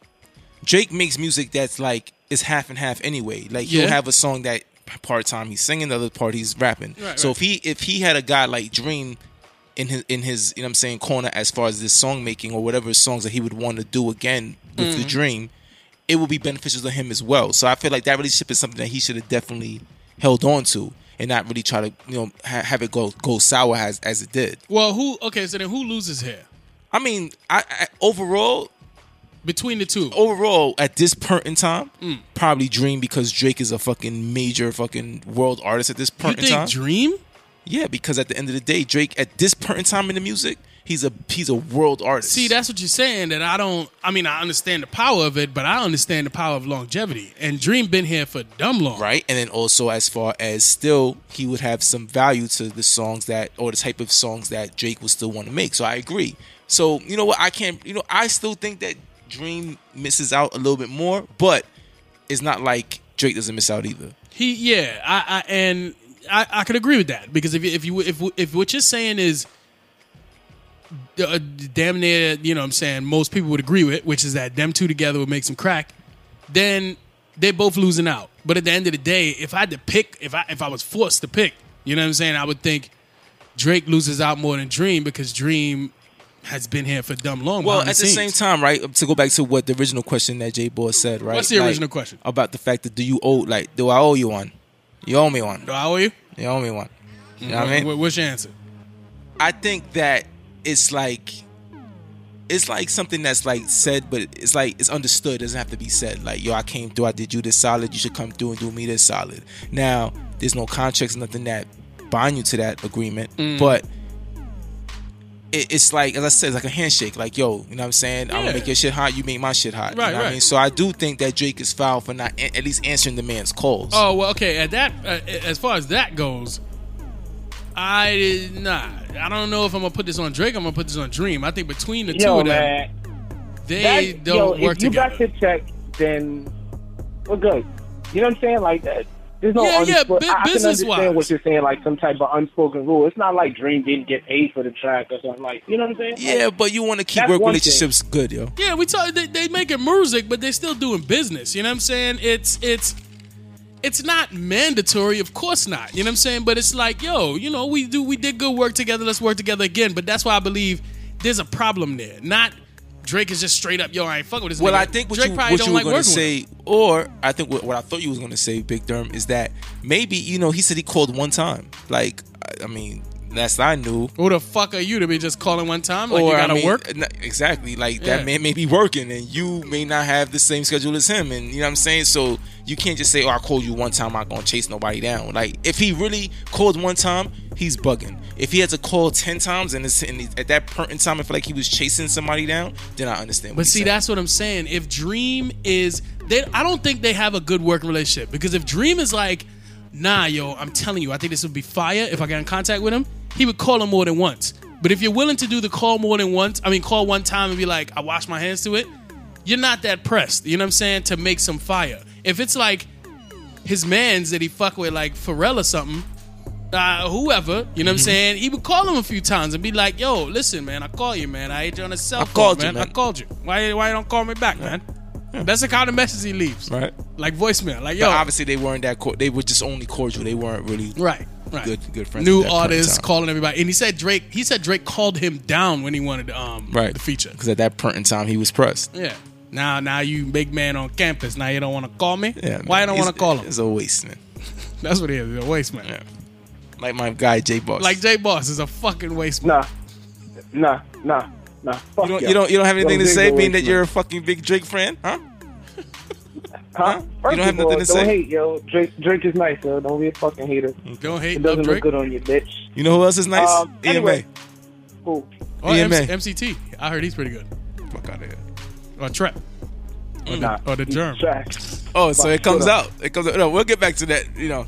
Drake makes music that's like it's half and half anyway. Like Yeah. he'll have a song that part time he's singing, the other part he's rapping. Right, so right. if he if he had a guy like Dream in his in his you know what I'm saying corner as far as this song making or whatever songs that he would want to do again with Mm. the Dream, it would be beneficial to him as well. So I feel like that relationship is something that he should have definitely held on to and not really try to you know ha- have it go go sour as as it did. well, who? Okay, so then who loses here? I mean, I, I overall, between the two. overall at this point in time, Hmm. probably Dream because Drake is a fucking major fucking world artist at this you point in think time. Dream? yeah, because at the end of the day, Drake at this point in time in the music, he's a he's a world artist. See, that's what you're saying. That I don't. I mean, I understand the power of it, but I understand the power of longevity. And Dream been here for dumb long. right? And then also as far as still he would have some value to the songs that or the type of songs that Drake would still want to make. So I agree. So you know what I can't you know I still think that Dream misses out a little bit more, but it's not like Drake doesn't miss out either. He, yeah, I, I and I, I could agree with that because if you, if you if if what you're saying is uh, damn near, you know, what I'm saying most people would agree with, which is that them two together would make some crack, then they're both losing out. But at the end of the day, if I had to pick, if I if I was forced to pick, you know what I'm saying, I would think Drake loses out more than Dream because Dream has been here for dumb long. Well, behind at the scenes. same time, right? um, To go back to what the original question that Jay Boy said, right? What's the Like, original question? about the fact that do you owe like do I owe you one? You owe me one. do I owe you? You owe me one. You know what I mean? What- what's your answer? I think that it's like it's like something that's like said, but it's like it's understood. It doesn't have to be said. Like, yo, I came through. I did you this solid. You should come through and do me this solid. Now, there's no contracts, nothing that bind you to that agreement. Mm. But it, it's like, as I said, it's like a handshake. Like, yo, you know what I'm saying? I'm Yeah. gonna make your shit hot. You make my shit hot. You Right, know what I right. mean? So I do think that Drake is foul for not a- at least answering the man's calls. Oh well, okay. At that, uh, as far as that goes, I did not. I don't know if I'm gonna put this on Drake. I'm gonna put this on Dream. I think between the two Yo, of them, man. they That- don't yo, work if you together. got your check, then we're good. You know what I'm saying? Like that. There's no Yeah, yeah, unspo- bu- I can understand business-wise. what you're saying, like some type of unspoken rule. It's not like Dream didn't get paid for the track or something like. You know what I'm saying? yeah, but you want to keep That's work one relationships good, yo. yeah, we talk. They, they making music, but they're still doing business. You know what I'm saying? It's it's it's not mandatory, of course not. You know what I'm saying? But it's like, yo, you know, we do we did good work together. Let's work together again. But that's why I believe there's a problem there. Not Drake is just straight up, yo, I ain't fucking with this. Well, nigga. I think what Drake you, probably what don't you were like going to working with him. say, or I think what, what I thought you was going to say, Big Derm, is that maybe you know he said he called one time. Like, I, I mean, that's I knew. Who the fuck are you to be just calling one time? Like or you I gotta mean, uh, work? n- exactly. Like Yeah. that man may be working, and you may not have the same schedule as him. And you know what I'm saying. So you can't just say, "Oh, I called you one time. I'm not gonna chase nobody down." Like if he really called one time, he's bugging. If he had to call ten times, and, it's, and at that point in time, I feel like he was chasing somebody down. Then I understand. what But he's see, saying. that's what I'm saying. If Dream is, they, I don't think they have a good working relationship because if Dream is like, nah, yo, I'm telling you, I think this would be fire if I got in contact with him, he would call him more than once. But if you're willing to do the call more than once, I mean, call one time and be like, I wash my hands to it, you're not that pressed. You know what I'm saying? To make some fire. If it's like his man's that he fuck with, like Pharrell or something, uh, whoever, you know what Mm-hmm. I'm saying? He would call him a few times and be like, "Yo, listen, man, I call you, man. I ain't you on a cell I phone, called you, man. I called you. Why, why you don't call me back, man?" That's the kind of message he leaves, Right. Like voicemail, like But yo, obviously they weren't that. Cor- they were just only cordial. They weren't really right, right. Good- good friends at New that point in artists time. calling everybody, and he said Drake. He said Drake called him down when he wanted um right the feature. because at that point in time he was pressed. Yeah. Now, now you big man on campus. Now you don't want to call me. Yeah, Why you man, don't want to he's- call him? It's a waste, man. That's what he is. He's a waste man. Yeah. Like my guy J Boss. Like J Boss is a fucking waste man. Nah, nah, nah, nah. Fuck you don't, y'all. you don't you don't have anything to Don't say, dig being the that you're a waste, fucking big Drake fan, huh? huh? First don't have of all, nothing to don't say? hate, yo. Drake, Drake is nice, yo. Don't be a fucking hater. Don't hate It love doesn't look Drake. good on you, bitch. You know who else is nice? E Um, EMA. anyway. Cool. Or EMA. MC, MCT. I heard he's pretty good. E Fuck out of here. Or Trap. Nah. or the you germ. trash. Oh, so Fuck, it comes shut out. It comes out. No, we'll get back to that. You know,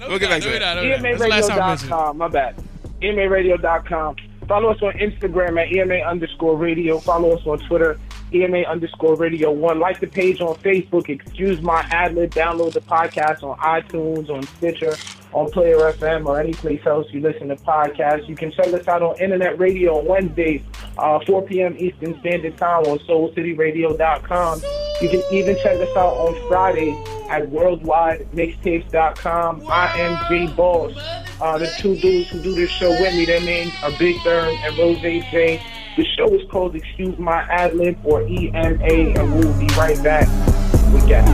we'll get back to that. E That's the last time I mentioned it. EMARadio.com. My bad. E EMARadio.com. Follow us on Instagram at EMA underscore radio. Follow us on Twitter, EMA underscore radio one. Like the page on Facebook, excuse my ad lib. Download the podcast on iTunes, on Stitcher, on Player FM, or any place else you listen to podcasts. You can check us out on Internet Radio on Wednesdays, uh, 4 p.m. Eastern Standard Time on SoulCityRadio.com. You can even check us out on Fridays at WorldwideMixtapes.com. I am J Boss. Uh, the two dudes who do this show with me, their names are Big Therm and Rose J. The show is called Excuse My Ad Lib or EMA, and we'll be right back with Um, that.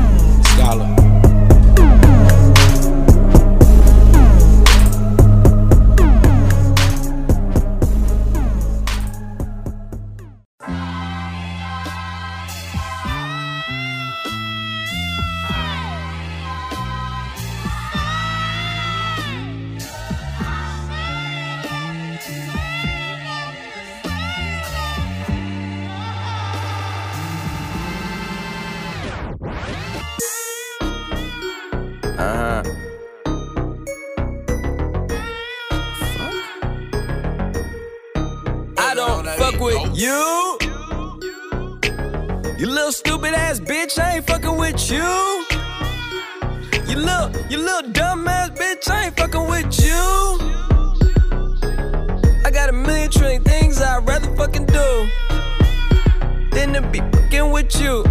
Scholar. with you. You little stupid ass bitch, I ain't fucking with you. You little, you little dumb ass bitch, I ain't fucking with you. I got a million trillion things I'd rather fucking do than to be fucking with you.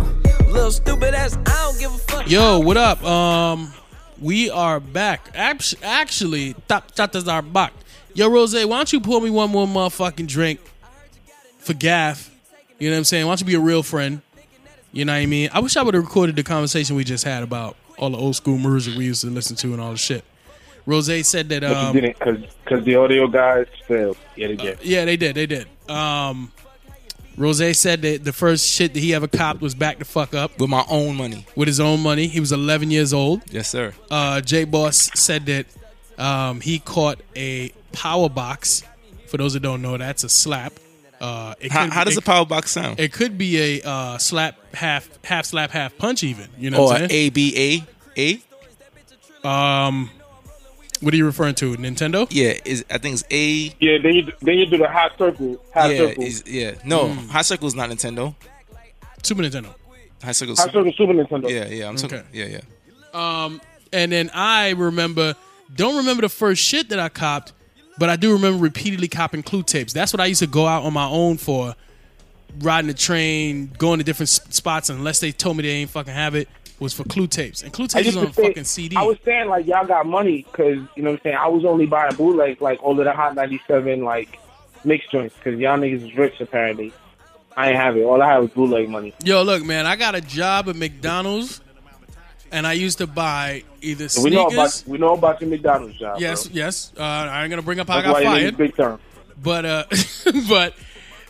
Little stupid ass, I don't give a fuck. Yo, what up? Um, we are back. Act- Actually, top chatas are back. Yo, Rose, why don't you pour me one more motherfucking drink for Gaff? You know what I'm saying? Why don't you be a real friend? You know what I mean? I wish I would have recorded the conversation we just had about all the old school music we used to listen to and all the shit. Rose said that. But Um, you didn't, cause, cause the audio guys failed yet again. uh, Yeah, they did. They did. Um, Rose said that the first shit that he ever copped was back the fuck up With my own money. with his own money. He was 11 years old. Yes, sir. Uh, J Boss said that um, he caught a power box. For those that don't know, that's a slap. Uh, it How, could- how does it, the power box sound? It could be a uh, slap, half, half slap, half punch. Even you know or what I'm saying? Oh, A B A A? What are you referring to? Nintendo? Yeah, is I think it's A. Yeah, then you then you do the hot circle, hot Yeah, circle, is, yeah. No, Hmm. High Circle is not Nintendo. Super Nintendo. High Circle. hot circle Super Nintendo. Yeah, yeah. I'm talking. Okay. Yeah, yeah. And then I remember, don't remember the first shit that I copped, but I do remember repeatedly copping clue tapes. That's what I used to go out on my own for, riding the train, going to different s- spots, unless they told me they ain't fucking have it, was for clue tapes. And clue I tapes used was on to a say, fucking CD. I was saying like y'all got money because you know what I'm saying. I was only buying bootlegs like all of the Hot 97 like mix joints because y'all niggas is rich apparently. I ain't have it. All I had was bootleg money. Yo, look, man, I got a job at McDonald's, and I used to buy either We know about sneakers. we know about your McDonald's job. Yes, bro. yes. Uh, I ain't gonna bring up how I that's got why you fired. niggas big term. But uh [laughs] but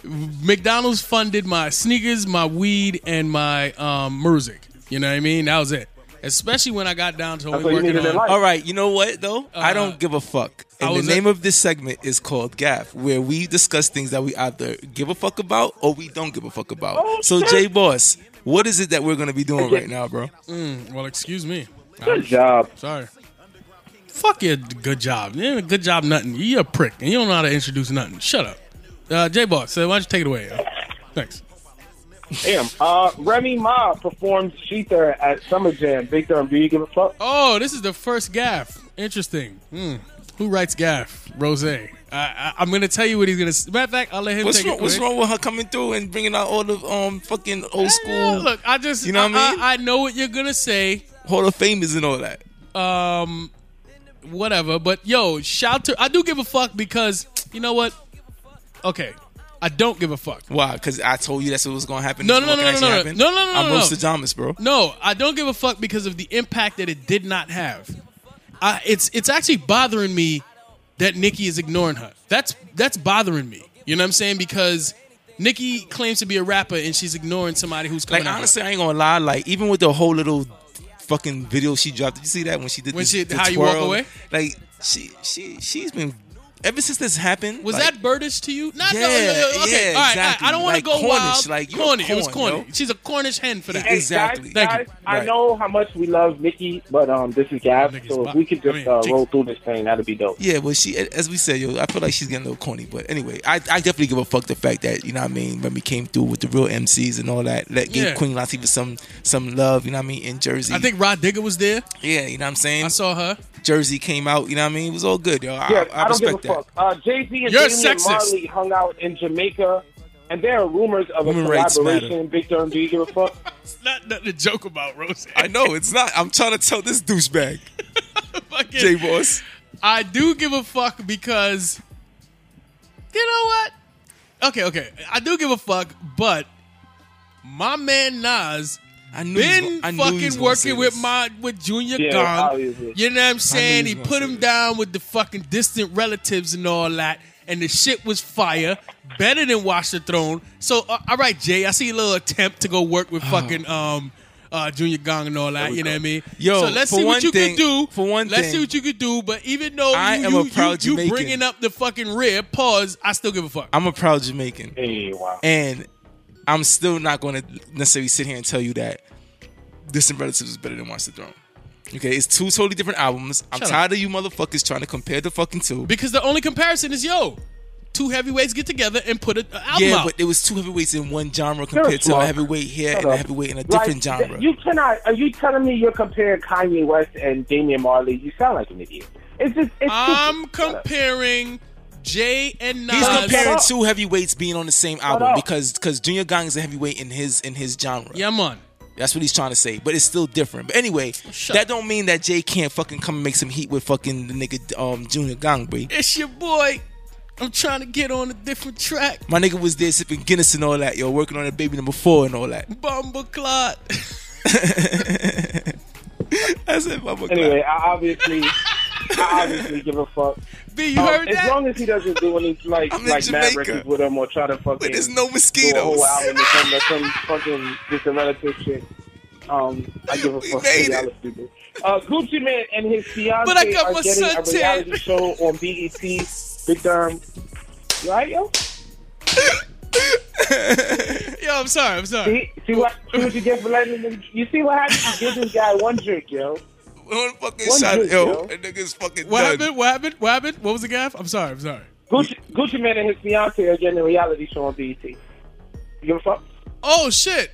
McDonald's funded my sneakers, my weed, and my um music. You know what I mean? That was it. Especially when I got down to only That's what you working needed in on life. All right, you know what though? I don't give a fuck. Uh-huh. I And the was name a- of this segment is called Gaff, where we discuss things that we either give a fuck about or we don't give a fuck about. Oh, so J Boss, what is it that we're gonna be doing right now, bro? mm, well, excuse me. Good job. Sorry. Fuck your good job. You ain't a good job nothing. You a prick and you don't know how to introduce nothing. Shut up. Uh J Boss, so why don't you take it away? yo? Thanks. Damn. Uh, Remy Ma performed Sheether at Summer Jam. Big term. Do you give a fuck? Oh, this is the first gaff. Interesting. Hmm. Who writes gaff? Rose. I, I, I'm gonna tell you what he's gonna. s- Matter of fact, I'll let him What's take wrong, it. what's quick. wrong with her coming through and bringing out all the um fucking old Yeah, school Look, I just You know what I mean? I, know what you're gonna say. Hall of Famers and all that? Um, whatever. But yo, shout to I do give a fuck because you know what? Okay, I don't give a fuck. Why? Because I told you that's what was gonna happen. No, This no, no, no, no, fucking actually no. happened. No, no, no, I'm no, no. Roasted Thomas, bro. No, I don't give a fuck because of the impact that it did not have. I, it's it's actually bothering me that Nikki is ignoring her. That's that's bothering me. You know what I'm saying? Because Nikki claims to be a rapper and she's ignoring somebody who's coming. Like out. honestly, I ain't gonna lie. Like even with the whole little fucking video she dropped, did you see that when she did When this, she- the how you walk twirl? away? Like she she she's been ever since this happened. Was like, that birdish to you? Not, Yeah, no, no, no, okay. yeah, all right, all right. exactly. I don't want Like to go Cornish, wild. like, you're a corny. it was corn, corny. yo. She's a Cornish hen for that. Hey, Exactly. Guys, Thank guys, you. I Right. know how much we love Nikki, but um, this is Gav. Nikki's So butt. if we could I just mean, uh, Jesus. roll through this thing, that'd be dope. Yeah, well, she as we said, yo, I feel like she's getting a little corny, but anyway, I, I definitely give a fuck the fact that you know what I mean when we came through with the real MCs and all that, that gave Yeah. Queen Latifah some some love, you know what I mean, in Jersey. I think Rod Digger was there. yeah, you know what I'm saying. I saw her. Jersey came out, you know what I mean. It was all good, yo. Yeah, I, I, I, don't give a respect that. fuck. Uh, Jay Z and You're Damian sexist. Marley hung out in Jamaica, and there are rumors of a Women rights matter. collaboration. Big Durham, do you give a fuck? It's not nothing to joke about, Rose. I [laughs] know it's not. I'm trying to tell this douchebag, J Boss. I do give a fuck because you know what? Okay, okay. I do give a fuck, but my man Nas I knew he was been gonna- I knew he was fucking gonna say working with this. my with Junior Yeah, Gong. obviously. You know what I'm saying? he He was put gonna him say down with the fucking distant relatives and all that, and the shit was fire. Better than Watch the Throne. So, uh, all right, Jay, I see a little attempt to go work with fucking um, uh, Junior Gong and all that. Uh-huh. we You know go. what I mean? Yo, so let's for see one what you thing- can do. for one let's see thing, what you could do. But even though I you, am you, a proud you, you Jamaican. bringing up the fucking rib, pause. I still give a fuck. I'm a proud Jamaican, Hey, wow. and I'm still not going to necessarily sit here and tell you that Distant Relatives is better than Watch the Throne. Okay, it's two totally different albums. I'm Shut up. tired of you motherfuckers trying to compare the fucking two. because the only comparison is yo. two heavyweights get together and put an album yeah, out. but it was two heavyweights in one genre compared to a Mark. heavyweight here and Shut a up. heavyweight in a Like, different genre. You cannot. Are you telling me you're comparing Kanye West and Damian Marley? You sound like an idiot. It's just. It's I'm stupid. Shut up. comparing Jay and Nas. He's comparing Shut up. two heavyweights being on the same album up. because because Junior Gang is a heavyweight in his in his genre. yeah, man. That's what he's trying to say, but it's still different. But anyway, Shut that up. don't mean that Jay can't fucking come and make some heat with fucking the nigga um, Junior Gang, bro. It's your boy. I'm trying to get on a different track. My nigga was there sipping Guinness and all that, yo, working on a baby number four and all that. [laughs] Bumble Clot. [laughs] I said, Mama Clyde. Anyway, I obviously, I obviously give a fuck. B, you Um, heard as that? long as he doesn't do any like I'm in like mad Jamaica. records with him or try to fucking But there's no do a mosquitoes. [laughs] whole album or something, or [laughs] some fucking just a relative shit. Um, I give a We fuck. made Y'all it. are stupid. Uh, Gucci Man and his fiance But I got my are getting a suntan. reality show on BET. Big Durham. You all right, yo? Yo, I'm sorry. I'm sorry. See, see what see what you get for letting him. You see what happens? You give this guy one drink, yo. One fucking One shot, juice, yo. yo. That nigga's fucking What done. happened? What happened? What happened? What was the gaff? I'm sorry. I'm sorry. Gucci, Gucci Man and his fiance are getting a reality show on BET. You give a fuck? Oh shit.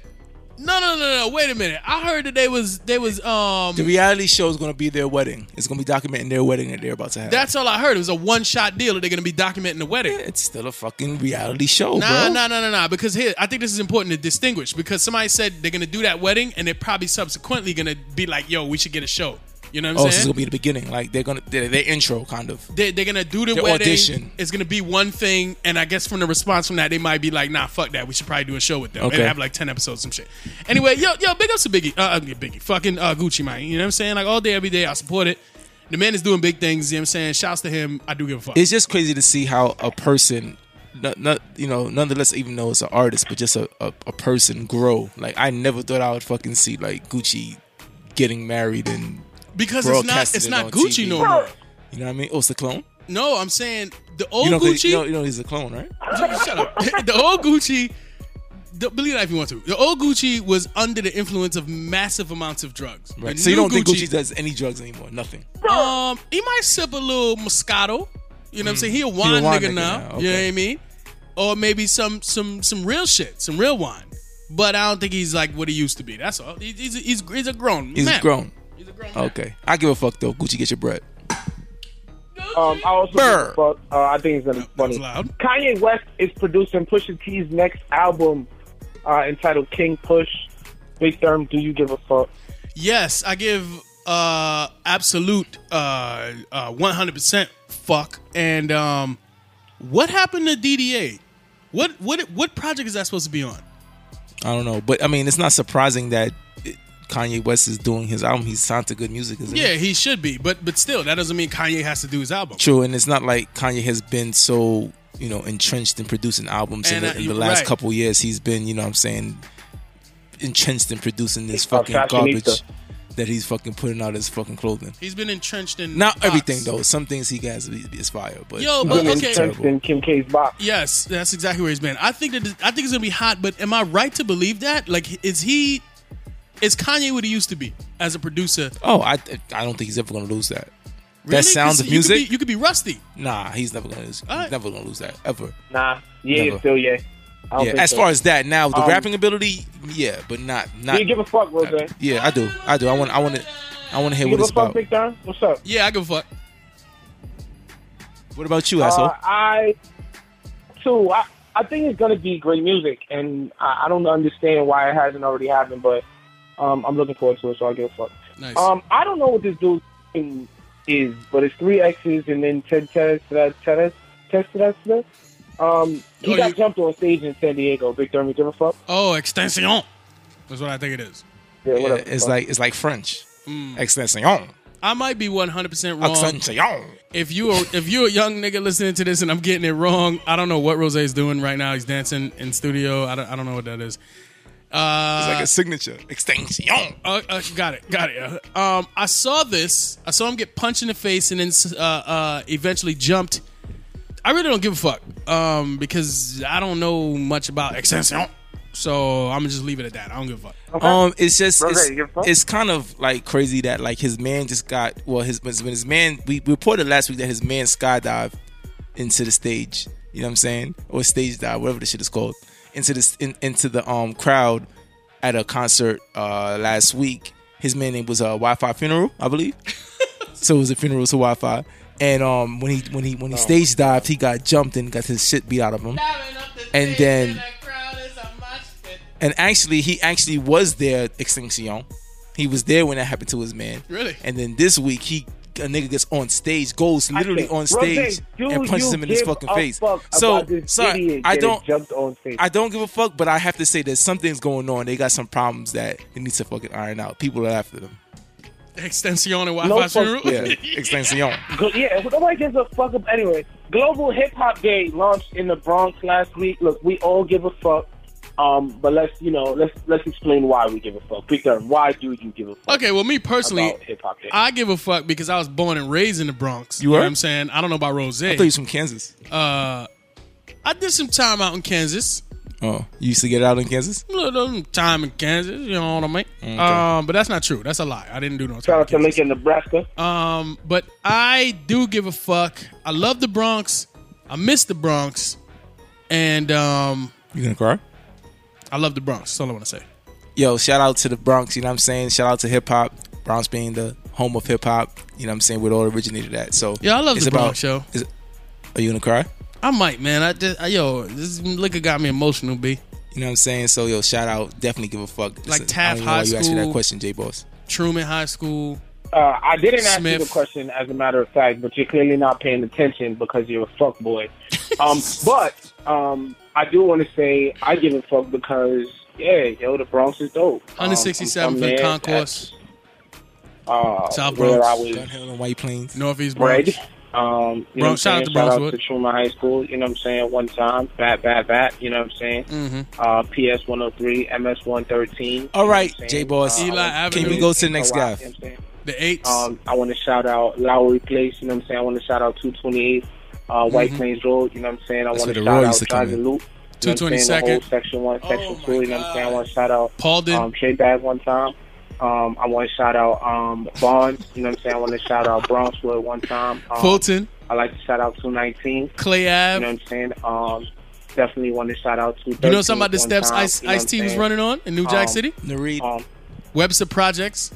No, no, no, no. Wait a minute. I heard that they was they was um. The reality show is going to be their wedding. It's going to be documenting their wedding that they're about to have. That's all I heard. It was a one shot deal that they're gonna be documenting the wedding. it's still a fucking reality show, Nah, bro. nah, nah, nah, nah. Because here, I think this is important to distinguish because somebody said they're gonna do that wedding, and they're probably subsequently gonna be like, "Yo, we should get a show." You know what I'm Oh, so it's saying? gonna be the beginning. Like they're gonna their, their intro, kind of. they, they're gonna do the The wedding. audition. It's gonna be one thing, and I guess from the response from that, they might be like, "Nah, fuck that. We should probably do a show with them Okay. and have like ten episodes, some shit." Anyway, yo, yo, big ups to Biggie, uh, uh, Biggie, fucking uh, Gucci man. You know what I'm saying? Like all day, every day, I support it. The man is doing big things. You know what I'm saying? Shouts to him. I do give a fuck. It's just crazy to see how a person, not, not you know, nonetheless, even though it's an artist, but just a, a, a person grow. Like I never thought I would fucking see like Gucci getting married and because it's not, broadcasted it's it not on Gucci TV. no more. you know what I mean. Oh, it's the clone. No, I'm saying the old You know, 'cause Oh, Gucci. you know, you know he's a clone, right? Shut up. [laughs] the old Gucci. the- believe that if you want to. The old Gucci was under the influence of massive amounts of drugs. The Right. So you new don't think Gucci does any drugs anymore? Nothing. Um, he might sip a little Moscato. You know what I'm saying? He a wine, Mm. wine nigga, nigga now. now, You know okay. what I mean? Or maybe some some some real shit, some real wine. But I don't think he's like what he used to be. That's all. He- He's he's, he's a grown He's man. grown. Oh, He's a grown man. Okay. I give a fuck though. Gucci, get your bread. Um, I also Burr. But, uh, I think it's gonna be That was funny. loud. Kanye West is producing Pusha T's next album uh, entitled King Push. Big Therm, do you give a fuck? Yes, I give uh absolute uh uh 100% fuck and um what happened to DDA? What what what project is that supposed to be on? I don't know, but I mean, it's not surprising that it- Kanye West is doing his album. He's signed to good music, isn't Yeah, it? he should be, but but still that doesn't mean Kanye has to do his album. True, and it's not like Kanye has been so you know entrenched in producing albums in And, the, uh, in the you're last right. couple years. He's been, you know, what I'm saying, entrenched in producing this called fucking fashionista. garbage that he's fucking putting out his fucking clothing. He's been entrenched in Not Fox. everything though. Some things he has is fire, but Yo, other but things okay. are Thanks terrible. in Kim K's box. Yes, that's exactly where he's been. I think that I think it's gonna be hot, but am I right to believe that? Like, is he is Kanye what he used to be as a producer? Oh, I I don't think he's ever gonna lose that. Really? That sound 'Cause of you could be- music. you could be rusty. Nah, he's never gonna lose. All right. He's never gonna lose that ever. Nah, yeah, Never. still yeah. I don't Yeah, think as so. far as that now, the Um, rapping ability, yeah, but not do not. you give a fuck, Rose? uh, yeah, I do, I do. I want, I want to, I want to hear You what give a it's fuck, about. Big Therm? What's up? Yeah, I give a fuck. What about you, asshole? Uh, I too. I, I think it's gonna be great music, and I, I don't understand why it hasn't already happened. But um, I'm looking forward to it, so I give a fuck. Nice. Um, I don't know what this dude's name is, but it's three X's and then Ted Ted Ted Ted Ted Ted Ted. Um, he Oh, got you- jumped on stage in San Diego. Big Therm, you give a fuck? Oh, extension. That's what I think it is. Yeah, Yeah, whatever. it's Fuck. like it's like French. Extension, I might be 100% wrong. extension. If you are, if you're a young nigga listening to this and I'm getting it wrong, I don't know what Rose's doing right now. He's dancing in studio. I don't, I don't know what that is. It's like a signature. Extension. Uh, uh, got it, got it. uh. Um, I saw this. I saw him get punched in the face and then uh, uh, eventually jumped. I really don't give a fuck um, because I don't know much about extension. So I'm gonna just leave it at that. I don't give a fuck. Um, it's just Rose, it's, you give a fuck? it's kind of like crazy that like his man just got well his when his man we reported last week that his man skydived into the stage. you know what I'm saying, or stage dive, whatever the shit is called, into this in, into the um crowd at a concert uh last week. His man name was uh, Wi-Fi Funeral, I believe. [laughs] so it was a funeral to Wi-Fi. And um when he when he Oh. when he stage dived, he got jumped and got his shit beat out of him. And then and actually he actually was there at extinction he was there when that happened to his man Really? and then this week he a nigga gets on stage goes literally said, on Rose, stage do and punches you him in his give fucking a face fuck so about this so I- idiot i that don't jumped on stage. I don't give a fuck, but I have to say there's something's going on. They got some problems that they need to fucking iron out. People are after them. Extension and Wi-Fi No fuck- funeral. [laughs] Yeah, extension. Go- yeah, nobody gives a fuck about anyway. Global Hip Hop Day launched in the Bronx last week. Look, we all give a fuck. Um, but let's you know, let's let's explain why we give a fuck. Peter, why do you give a fuck? Okay, well, me personally, About hip-hop day. I give a fuck because I was born and raised in the Bronx. You know were? what I'm saying? I don't know about Rose. I thought you was from Kansas. I did some time out in Kansas. Oh, you used to get out in Kansas? A little little time in Kansas, you know what I mean? Um, but that's not true. That's a lie. I didn't do no Shout time. in out to Kansas. Lincoln, Nebraska. Um, but I do give a fuck. I love the Bronx. I miss the Bronx, and um, You gonna cry? I love the Bronx. That's all I want to say. yo, shout out to the Bronx, you know what I'm saying? Shout out to hip hop. Bronx being the home of hip hop, you know what I'm saying, where it all originated at. So Yeah, I love it's the Bronx, yo. is- are you gonna cry? I might, man. I just I, yo, this liquor got me emotional, b. You know what I'm saying? So yo, shout out, definitely give a fuck. Like Listen, Taft I don't even know High why You asked me that School. question, J Boss. Truman High School. Uh, I didn't ask you Smith. the question, as a matter of fact, but you're clearly not paying attention because you're a fuck boy. [laughs] Um, but um, I do want to say I give a fuck because yeah, yo, the Bronx is dope. Um, I'm from 167th there. and Concourse, That's, uh, South where Bronx. I was Gun Hill and White Plains. Northeast Bronx. bred. Um, you know Bronx, what shout out I'm saying? to shout out Bronxwood. to Truman High School. You know what I'm saying? One time, bat, bat, bat. You know what I'm saying? Mhm. Uh, PS 103, MS 113. All right, J Uh, Boss. Oh, Eli Avenue. Can we go to the next guy? The eights. Um, I want to shout out Lowry Place. You know what I'm saying? I want to shout out 228 uh, White Mm-hmm. Plains Road. You know what I'm saying? I That's want where to the Roy used shout out to come Drive the in. Loop. You know what I'm saying? The 222nd. whole Section 1, Oh Section my 2. You know what I'm saying? I God. want to shout out Paulden. um, Trey Bag one time. Um, I want to shout out um, Bonds. You know what I'm saying? I want to shout out Bronxwood one time. Um, Fulton. I like to shout out 219. Clay You know Ave. what I'm saying? Um, definitely want to shout out to. You know something about the steps Ice Ice T was running on in New Jack Um, City? Nareed. Um, Webster Projects.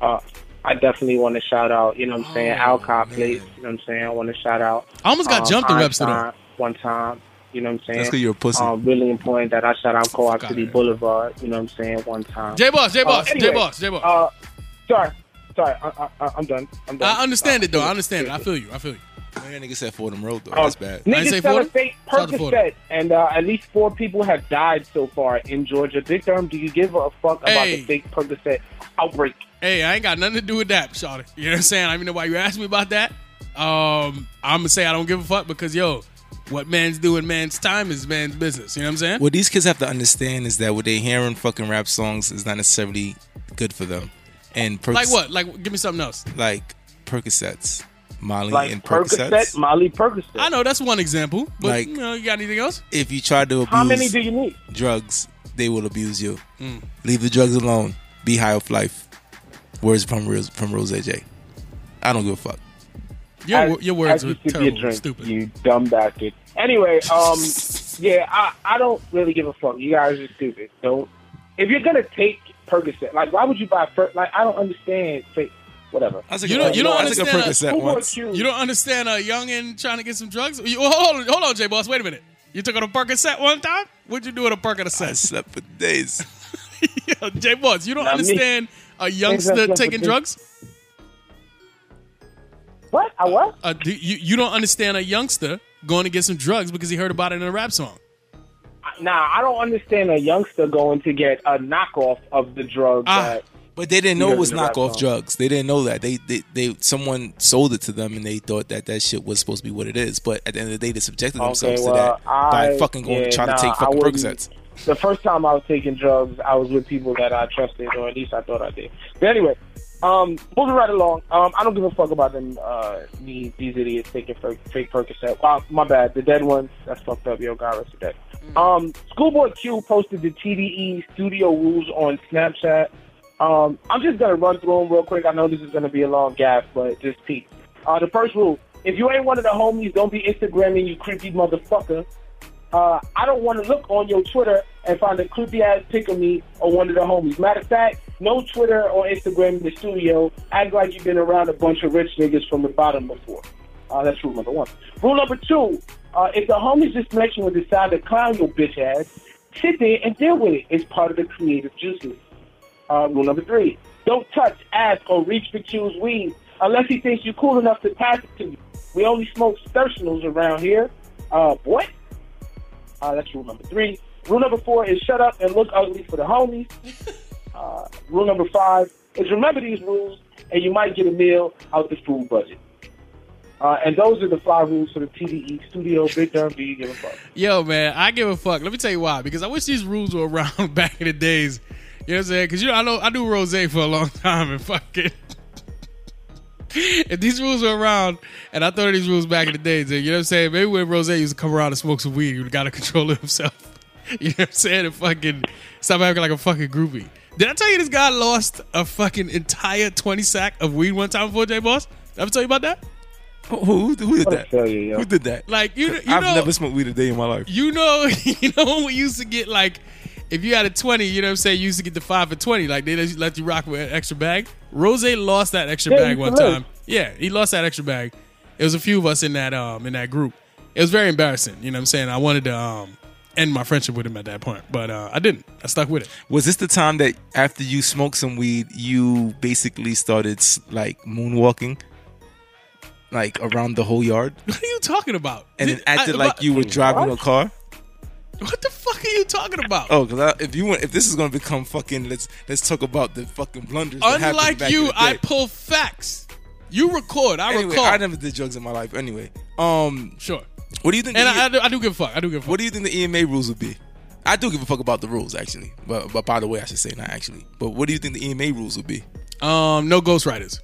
uh, I definitely want to shout out. You know what I'm saying? Oh, Alcott man. Place. You know what I'm saying? I want to shout out. I almost got um, jumped in Webster though. Einstein One time. You know what I'm saying? That's 'cause you're a pussy. Um, really important that I shout out Co-op Fuck City outta here. Boulevard. You know what I'm saying? One time. J Boss, J Uh, Boss, anyway, J Boss, J Boss. Uh, sorry, sorry. I, I, I- I'm done. I'm done. I understand Uh, it though. I understand it. I feel you. I feel you. Man, that nigga said Fordham Road though. Um, That's bad. I ain't say Niggas sell Florida? a fake Shout out to Florida. Percocet, and uh, at least four people have died so far in Georgia. Big Durham, do you give a fuck about Hey. the fake Percocet outbreak? Hey, I ain't got nothing to do with that, Shawty. You know what I'm saying? I don't even know why you asked me about that. Um, I'm gonna say I don't give a fuck because yo, what man's doing man's time is man's business. You know what I'm saying? What these kids have to understand is that what they hearing fucking rap songs is not necessarily good for them. And Perc- Like what? Like give me something else. Like Percocets, Molly Like and Percocets. Percocet, Molly Percocet. I know that's one example, but Like- you know, you got anything else? if you try to abuse How many do you need? drugs, they will abuse you. Hmm. Leave the drugs alone. Be high off life. Words from Rose, from Rose J. I don't give a fuck. Your, As- wo- your words as are you sip your terrible, drink, stupid. You dumb bastard. Anyway, um, yeah, I, I don't really give a fuck. You guys are stupid. Don't. If you're gonna take Percocet, like, why would you buy? Per- like, I don't understand. Fake, whatever. I took You a- don't- you don't I took a understand Percocet Who once. wants you? You don't understand a youngin' trying to get some drugs. You, oh, hold on, hold on, J Boss. Wait a minute. You took out a Percocet one time. What'd you do with a I [laughs] Percocet? [laughs] slept for days. Yo, J Boss, you don't Not me. understand a youngster Exactly. taking drugs. What? I what? Uh, do, you you don't understand a youngster going to get some drugs because he heard about it in a rap song. Nah, I don't understand a youngster going to get a knockoff of the drug Ah. that. But they didn't know You it was don't know that knockoff song. drugs. They didn't know that. They, they they someone sold it to them and they thought that that shit was supposed to be what it is. But at the end of the day, they subjected themselves okay, well, to that by I, fucking going yeah, to try nah, to take I fucking wouldn't- Percocets. The first time I was taking drugs, I was with people that I trusted, or at least I thought I did. But anyway, um, moving right along, um, I don't give a fuck about them. Uh, these, these idiots taking fake, fake Percocet. Wow, my bad. The dead ones. That's fucked up. Yo, God rest your dead. Um, Schoolboy Q posted the TDE studio rules on Snapchat. Um, I'm just gonna run through them real quick. I know this is gonna be a long gap, but just peek. Uh, the first rule: If you ain't one of the homies, don't be Instagramming you creepy motherfucker. Uh, I don't want to look on your Twitter and find a creepy ass pic of me or one of the homies. Matter of fact, no Twitter or Instagram in the studio. Act like you've been around a bunch of rich niggas from the bottom before. Uh, that's rule number one. Rule number two, uh, if the homies just connection will decide to clown your bitch ass, sit there and deal with it. It's part of the creative juices. Uh, rule number three, don't touch, ask, or reach for Q's weed unless he thinks you're cool enough to pass it to you. We only smoke thirstionals around here. Uh, boy. Uh, that's rule number three. Rule number four is shut up and look ugly for [laughs] the homies. Uh, rule number five is remember these rules and you might get a meal out the food budget. Uh, and those are the five rules for the TDE studio. Big Dumb, do you give a fuck? Yo, man, I give a fuck. Let me tell you why. Because I wish these rules were around [laughs] back in the days. You know what I'm saying? Because you know, I know I knew Rose for a long [laughs] time, and fucking, [laughs] if these rules were around, and I thought of these rules back in the days, then, you know what I'm saying? Maybe when Rose used to come around and smoke some weed, he would got to control himself. [laughs] You know what I'm saying? And fucking stop acting like a fucking groupie. Did I tell you this guy lost a fucking entire 20 sack of weed one time for J Boss? Did I ever tell you about that? Who, who, who did that? tell you, yo. Who did that? Like you, you I've know, never smoked weed a day in my life. you know, [laughs] you know when we used to get like, if you had a twenty, you know what I'm saying, you used to get the five for twenty. Like they let you, let you rock with an extra bag. Rose lost that extra Yeah, bag he one lost. time. Yeah, he lost that extra bag. It was a few of us in that um in that group. It was very embarrassing. You know what I'm saying. I wanted to um end my friendship with him at that point, but uh, I didn't. I stuck with it. [laughs] Was this the time that after you smoked some weed, you basically started s- like moonwalking, like around the whole yard, What are you talking about? and then Did- acted I- like you were driving a car? What the fuck are you talking about? Oh, because if you want, if this is gonna become fucking, let's let's talk about the fucking blunders. that happened Unlike back in you, the I day. pull facts. You record. I anyway, recall. I never did drugs in my life. Anyway, um, sure. what do you think? And the E- I, I, do, I do give a fuck. I do give a fuck. what do you think the EMA rules would be? I do give a fuck about the rules, actually. But, but by the way, I should say not actually. But what do you think the EMA rules would be? Um, no ghostwriters.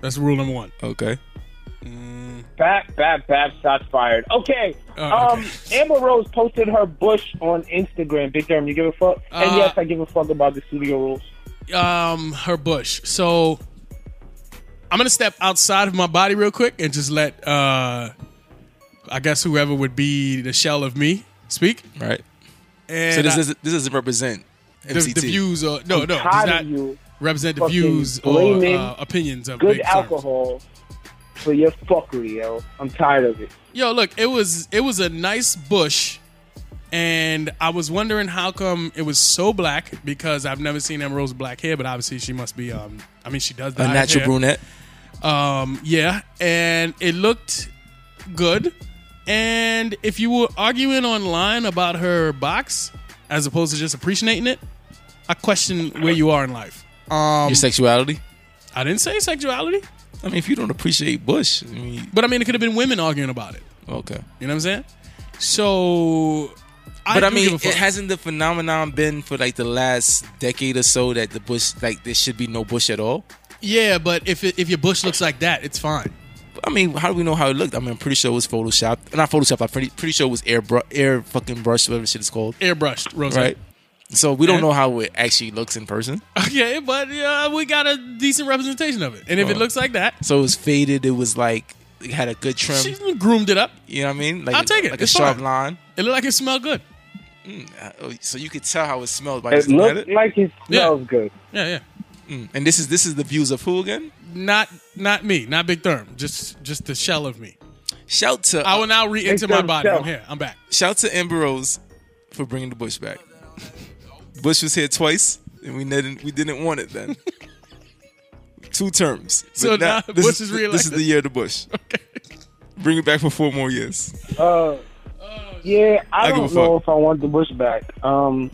That's rule number one. Okay. Bap, bap, bap, shots fired. Okay. Oh, um, Amber Rose posted her bush on Instagram. Big Durham, you give a fuck? and Uh, yes, I give a fuck about the studio rules. Um, her bush. So I'm gonna step outside of my body real quick and just let uh, I guess whoever would be the shell of me speak. Right. And So this I- is this doesn't represent the, MCT. the views or no, no, does Tired of not you represent the fucking views or blaming uh, opinions of good Big Pharma. alcohol for your fuckery, yo. I'm tired of it. Yo, look, it was it was a nice bush, and I was wondering how come it was so black because I've never seen Amber Rose black hair, but obviously she must be. Um, I mean, she does a dye natural hair. brunette. Um, yeah, and it looked good. And if you were arguing online about her box as opposed to just appreciating it, I question where you are in life. Um, Your sexuality. I didn't say sexuality, I mean, if you don't appreciate Bush, I mean, but I mean it could have been women arguing about it. okay. You know what I'm saying? So, I But I, do mean, give a fuck. it hasn't the phenomenon been for like the last decade or so that the Bush, like there should be no Bush at all? yeah, but if it, if your bush looks like that, it's fine. I mean, how do we know how it looked? I mean, I'm pretty sure it was photoshopped. Not photoshopped. I'm pretty pretty sure it was air bru- air fucking brush, whatever shit it's called. Airbrushed, Rose. Right. So we don't Yeah. know how it actually looks in person. Okay, but uh, we got a decent representation of it, and if it Oh. looks like that, So it was faded. It was like it had a good trim. she groomed it up. you know what I mean? Like I'll take it. Like It's a sharp fine. line. It looked like it smelled good. Uh, So you could tell how it smelled by It just looking at looks it. like it smells good. Yeah, yeah. And this is this is the views of who again? Not not me, not Big Therm. Just just the shell of me. Shout to I will now re-enter my Big Therm body. shell. I'm here. I'm back. shout to Amber Rose for bringing the Bush back. [laughs] Bush was here twice, and we didn't we didn't want it [laughs] then. Two terms. But So now this Bush is This is reelected. the year of the Bush. [laughs] Okay. Bring it back for four more years. Uh, yeah, I, I give don't a know fuck. if I want the bush back. Um,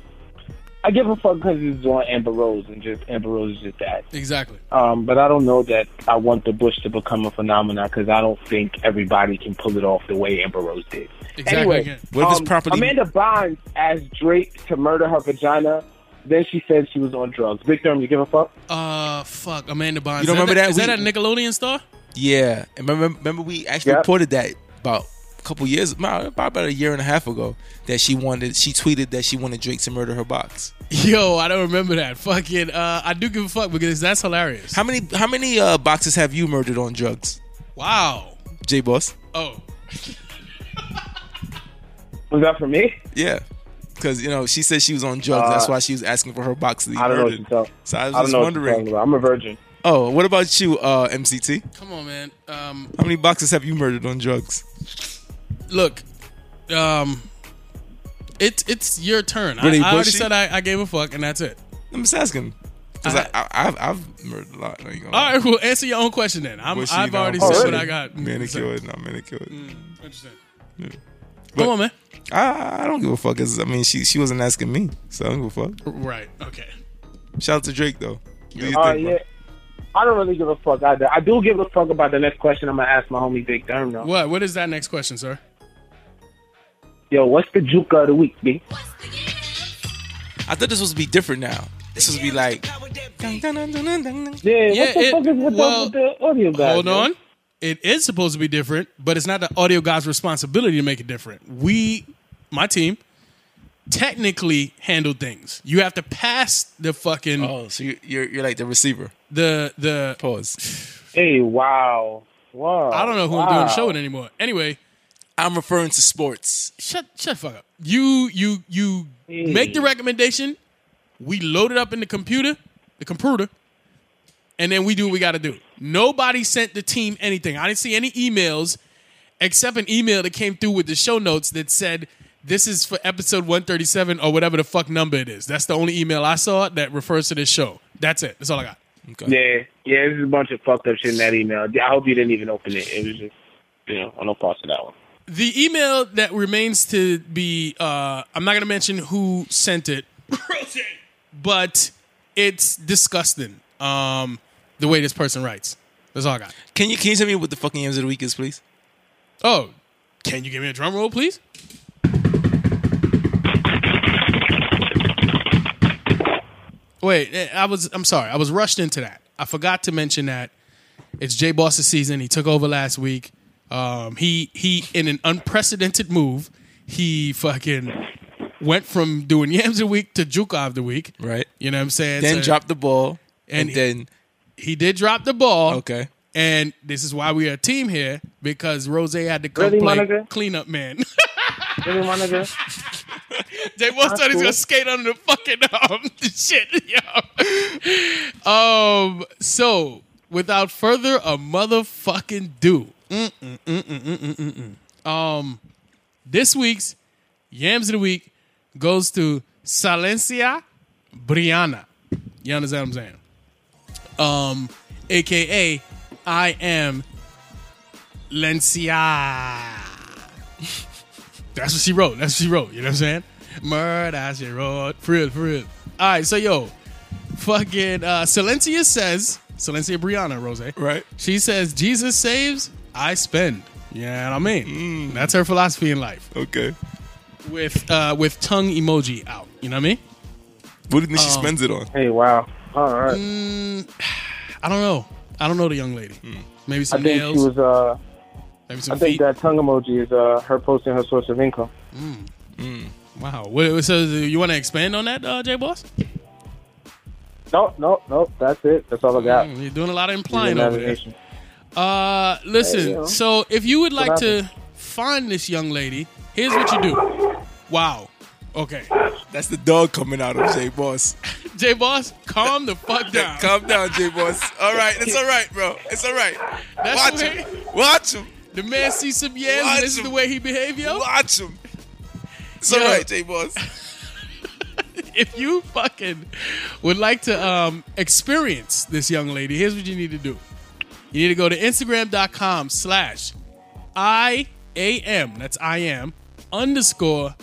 I give a fuck because it's on Amber Rose and just Amber Rose is just that. Exactly. Um, but I don't know that I want the bush to become a phenomenon because I don't think everybody can pull it off the way Amber Rose did. Exactly. Anyway, Again. What if it's Um, property? Amanda Bynes asked Drake to murder her vagina. Then she said she was on drugs. Big Durham, you give a fuck? Uh, fuck, Amanda Bynes. You don't Is remember that? Is that a We- Nickelodeon star? [laughs] yeah, and remember, remember we actually Yep. reported that about a couple years, about about a year and a half ago, that she wanted she tweeted that she wanted Drake to murder her box. Yo, I don't remember that. Fucking, uh, I do give a fuck because that's hilarious. How many how many uh, boxes have you murdered on drugs? Wow. J Boss. Oh, Was that for me? Yeah. Because, you know, she said she was on drugs. Uh, That's why she was asking for her box to be I don't know what murdered. to tell. So I was I don't just know what you're talking wondering. about. I'm a virgin. Oh, what about you, uh, MCT? come on, man. Um, How many boxes have you murdered on drugs? look, um, it's it's your turn. I, Really I already bushy? said I, I gave a fuck, and that's it. I'm just asking. Because I, I- I, I, have I've murdered a lot. I ain't gonna All lie. right, well, answer your own question then. I'm, Bushy, I've not already bushy. said what really? I got. Manicured, not manicured. Interesting. But- Come on, man. I, I don't give a fuck. 'cause, I mean, she she wasn't asking me, so I don't give a fuck. Right. Okay. Shout out to Drake though. Do you All right, think, bro? yeah. I don't really give a fuck either. I do give a fuck about the next question I'm gonna ask my homie Big Derm though. What? What is that next question, sir? Yo, what's the juke of the week, B? I thought this was be different now. This was be like. dun, dun, dun, dun, dun, dun. Yeah, Yeah, what the it- fuck is with, well, the, with the audio guy? Hold man? on. It is supposed to be different, but it's not the audio guy's responsibility to make it different. We, my team, technically handle things. You have to pass the fucking Oh, so you- you're you're like the receiver. the the. Pause. Hey, wow. Wow. I don't know who I'm doing the show with anymore. Anyway, I'm referring to sports. shut shut the fuck up. You you you Mm. make the recommendation. We load it up in the computer, the computer, and then we do what we got to do. Nobody sent the team anything. I didn't see any emails except an email that came through with the show notes that said this is for episode 137 or whatever the fuck number it is. That's the only email I saw that refers to this show. That's it. That's all I got. Okay. Yeah, yeah, there's a bunch of fucked up shit in that email. I hope you didn't even open it. It was just, you know, on no parts of that one. The email that remains to be, uh, I'm not going to mention who sent it, but it's disgusting um, the way this person writes. That's all I got. Can you can you tell me what the fucking games of the week is, please? Oh, can you give me a drum roll, please? Wait, eh, I was. I'm sorry. I was rushed into that. I forgot to mention that it's Jay Boss's season. He took over last week. Um, he he in an unprecedented move. He fucking went from doing [laughs] yams of the week to juka of the week. Right. You know what I'm saying? Then So drop the ball, and, and he- then He did drop the ball. okay. And this is why we are a team here because Rose had to come Really, play Monica? cleanup man. Really, [laughs] my nigga? They both thought he's cool. gonna skate under the fucking um [laughs] shit, yo. Um, so without further a motherfucking do, um, this week's yams of the week goes to Silencia Brianna. You understand what I'm saying? Um, aka I am Lencia. [laughs] That's what she wrote. That's what she wrote. You know what I'm saying? Murder she wrote. For real, for real. All right, so yo, fucking uh, Silencia says, Silencia Brianna Rose. Right. She says, Jesus saves, I spend. Yeah, I mean, that's her philosophy in life. Okay. With uh, with tongue emoji out. You know what I mean? What do you think she spends it on? Hey, wow. All right. I don't know. I don't know the young lady. Hmm. Maybe I some think nails. she was, uh, maybe I some think feet. Hmm. that tongue emoji is uh, her posting her source of income. Hmm. wow. What, so you want to expand on that, uh, J Boss? Nope, nope, nope. That's it. That's all I got. Mm, You're doing a lot of Use implying your over there. imagination. Uh, listen. There you go. So if you would like to happened? find this young lady, here's what you do. Wow. Okay. That's the dog coming out of J Boss. J Boss, calm the fuck down. [laughs] Calm down, J Boss. All right, it's all right, bro. It's all right. That's Watch the way- him. Watch him. The man sees some yams, and this is Watch the him. way he behave, yo. Watch him. It's Yo. all right, J Boss. [laughs] If you fucking would like to um, experience this young lady, here's what you need to do. You need to go to Instagram.com slash I A M. That's I am underscore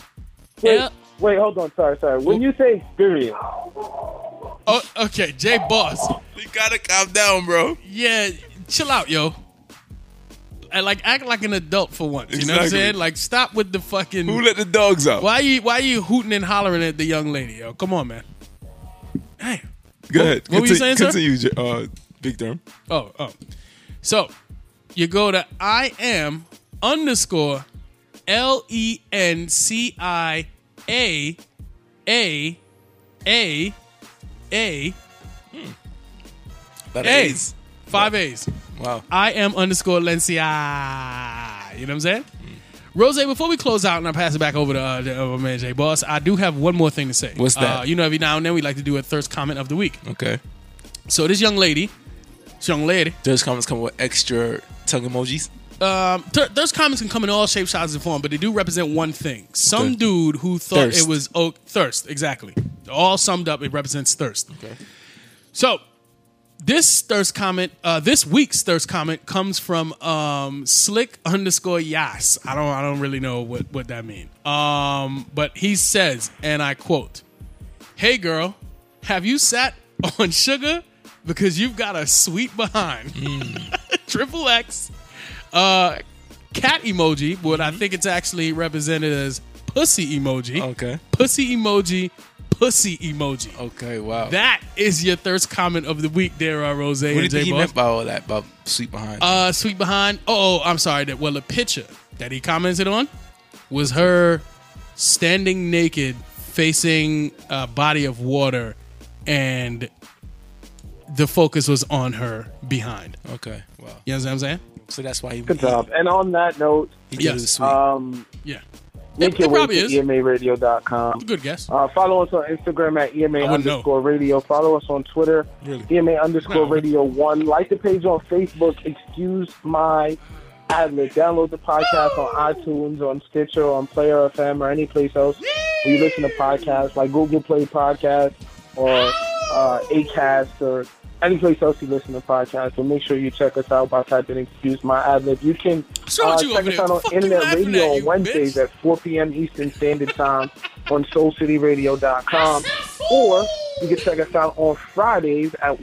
Wait, L- wait, hold on. Sorry, sorry. When you say experience, Oh, okay, J Boss. You gotta calm down, bro. Yeah, chill out, yo. And like act like an adult for once. You know what I'm Exactly. saying? Like stop with the fucking Who let the dogs out? why you why you hooting and hollering at the young lady, yo? Come on, man. Damn. Go ahead. what were you Conti- saying, sir? continue, J- uh, Big Derm. Oh, oh. So you go to I am underscore L E N C I A A A A That Hey. is Five A's. Wow. I am underscore Lencia. You know what I'm saying? Rose, before we close out and I pass it back over to, uh, to uh, my man J Boss, I do have one more thing to say. What's that? Uh, you know, every now and then we like to do a thirst comment of the week. Okay. So this young lady, this young lady, Those comments come with extra tongue emojis. um, th- thirst comments can come in all shapes, sizes, and form, but they do represent one thing. Some Okay. dude who thought Thirst. it was oh, thirst, exactly. All summed up, it represents thirst. Okay. So this thirst comment, uh, this week's thirst comment comes from um, slick underscore yas. I don't, I don't really know what what that means. Um, but he says, and I quote. Hey girl, have you sat [laughs] on sugar? Because you've got a sweet behind. [laughs] Triple X. Uh cat emoji, but Mm-hmm. I think it's actually represented as pussy emoji. Okay. Pussy emoji, pussy emoji. Okay. Wow. That is your thirst comment of the week, there, uh, Rose what do you and J think he Boss. meant by all that? About sweet behind? Uh sweet behind. Oh, I'm sorry, that well a picture that he commented on was her standing naked facing a body of water and the focus was on her behind. okay. Wow. You know what I'm saying? So that's why he. Good job. And on that note, He, he yes. Uh, Yes. was sweet. um, Yeah. make It- it your way probably to E is. emaradio.com. Good guess. Uh, follow us on Instagram at EMA I wouldn't know. underscore radio. Follow us on Twitter, Really? EMA underscore No. radio one. Like the page on Facebook, excuse my admin. Download the podcast on iTunes, on Stitcher, on Player FM, or any place else where you listen to podcasts, like Google Play Podcast or uh, Acast or any place else you listen to podcasts. So make sure you check us out by typing excuse my adlib. You can What's wrong uh, with you check over us there? out on Fuck you Internet laughing Radio at, on you Wednesdays bitch. at 4 p.m. Eastern Standard Time on SoulCityRadio.com. Or you can check us out on Fridays at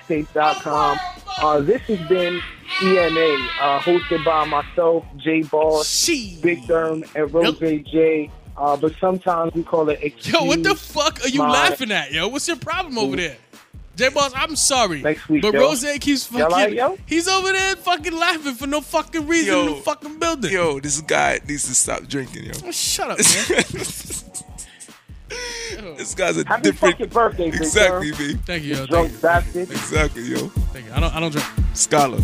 WorldwideMixtapes.com. Uh, this has been EMA, uh, hosted by myself, Jay Boss, She. Big Derm, and Rose J. Uh, but sometimes we call it excuse. Yo, what the fuck are you my- laughing at, yo? What's your problem over there? J Boss, I'm sorry. Next week, but yo. Rose keeps Y'all fucking. all right, yo? He's over there fucking laughing for no fucking reason in Yo. the fucking building. Yo, this guy needs to stop drinking, yo. Oh, shut up, man. [laughs] [laughs] This guy's a Happy different. fucking birthday, Big exactly, Derm. B. Thank you, yo. Thank you. Drunk bastard. Exactly, yo. Thank you. I don't. I don't drink. Scholar.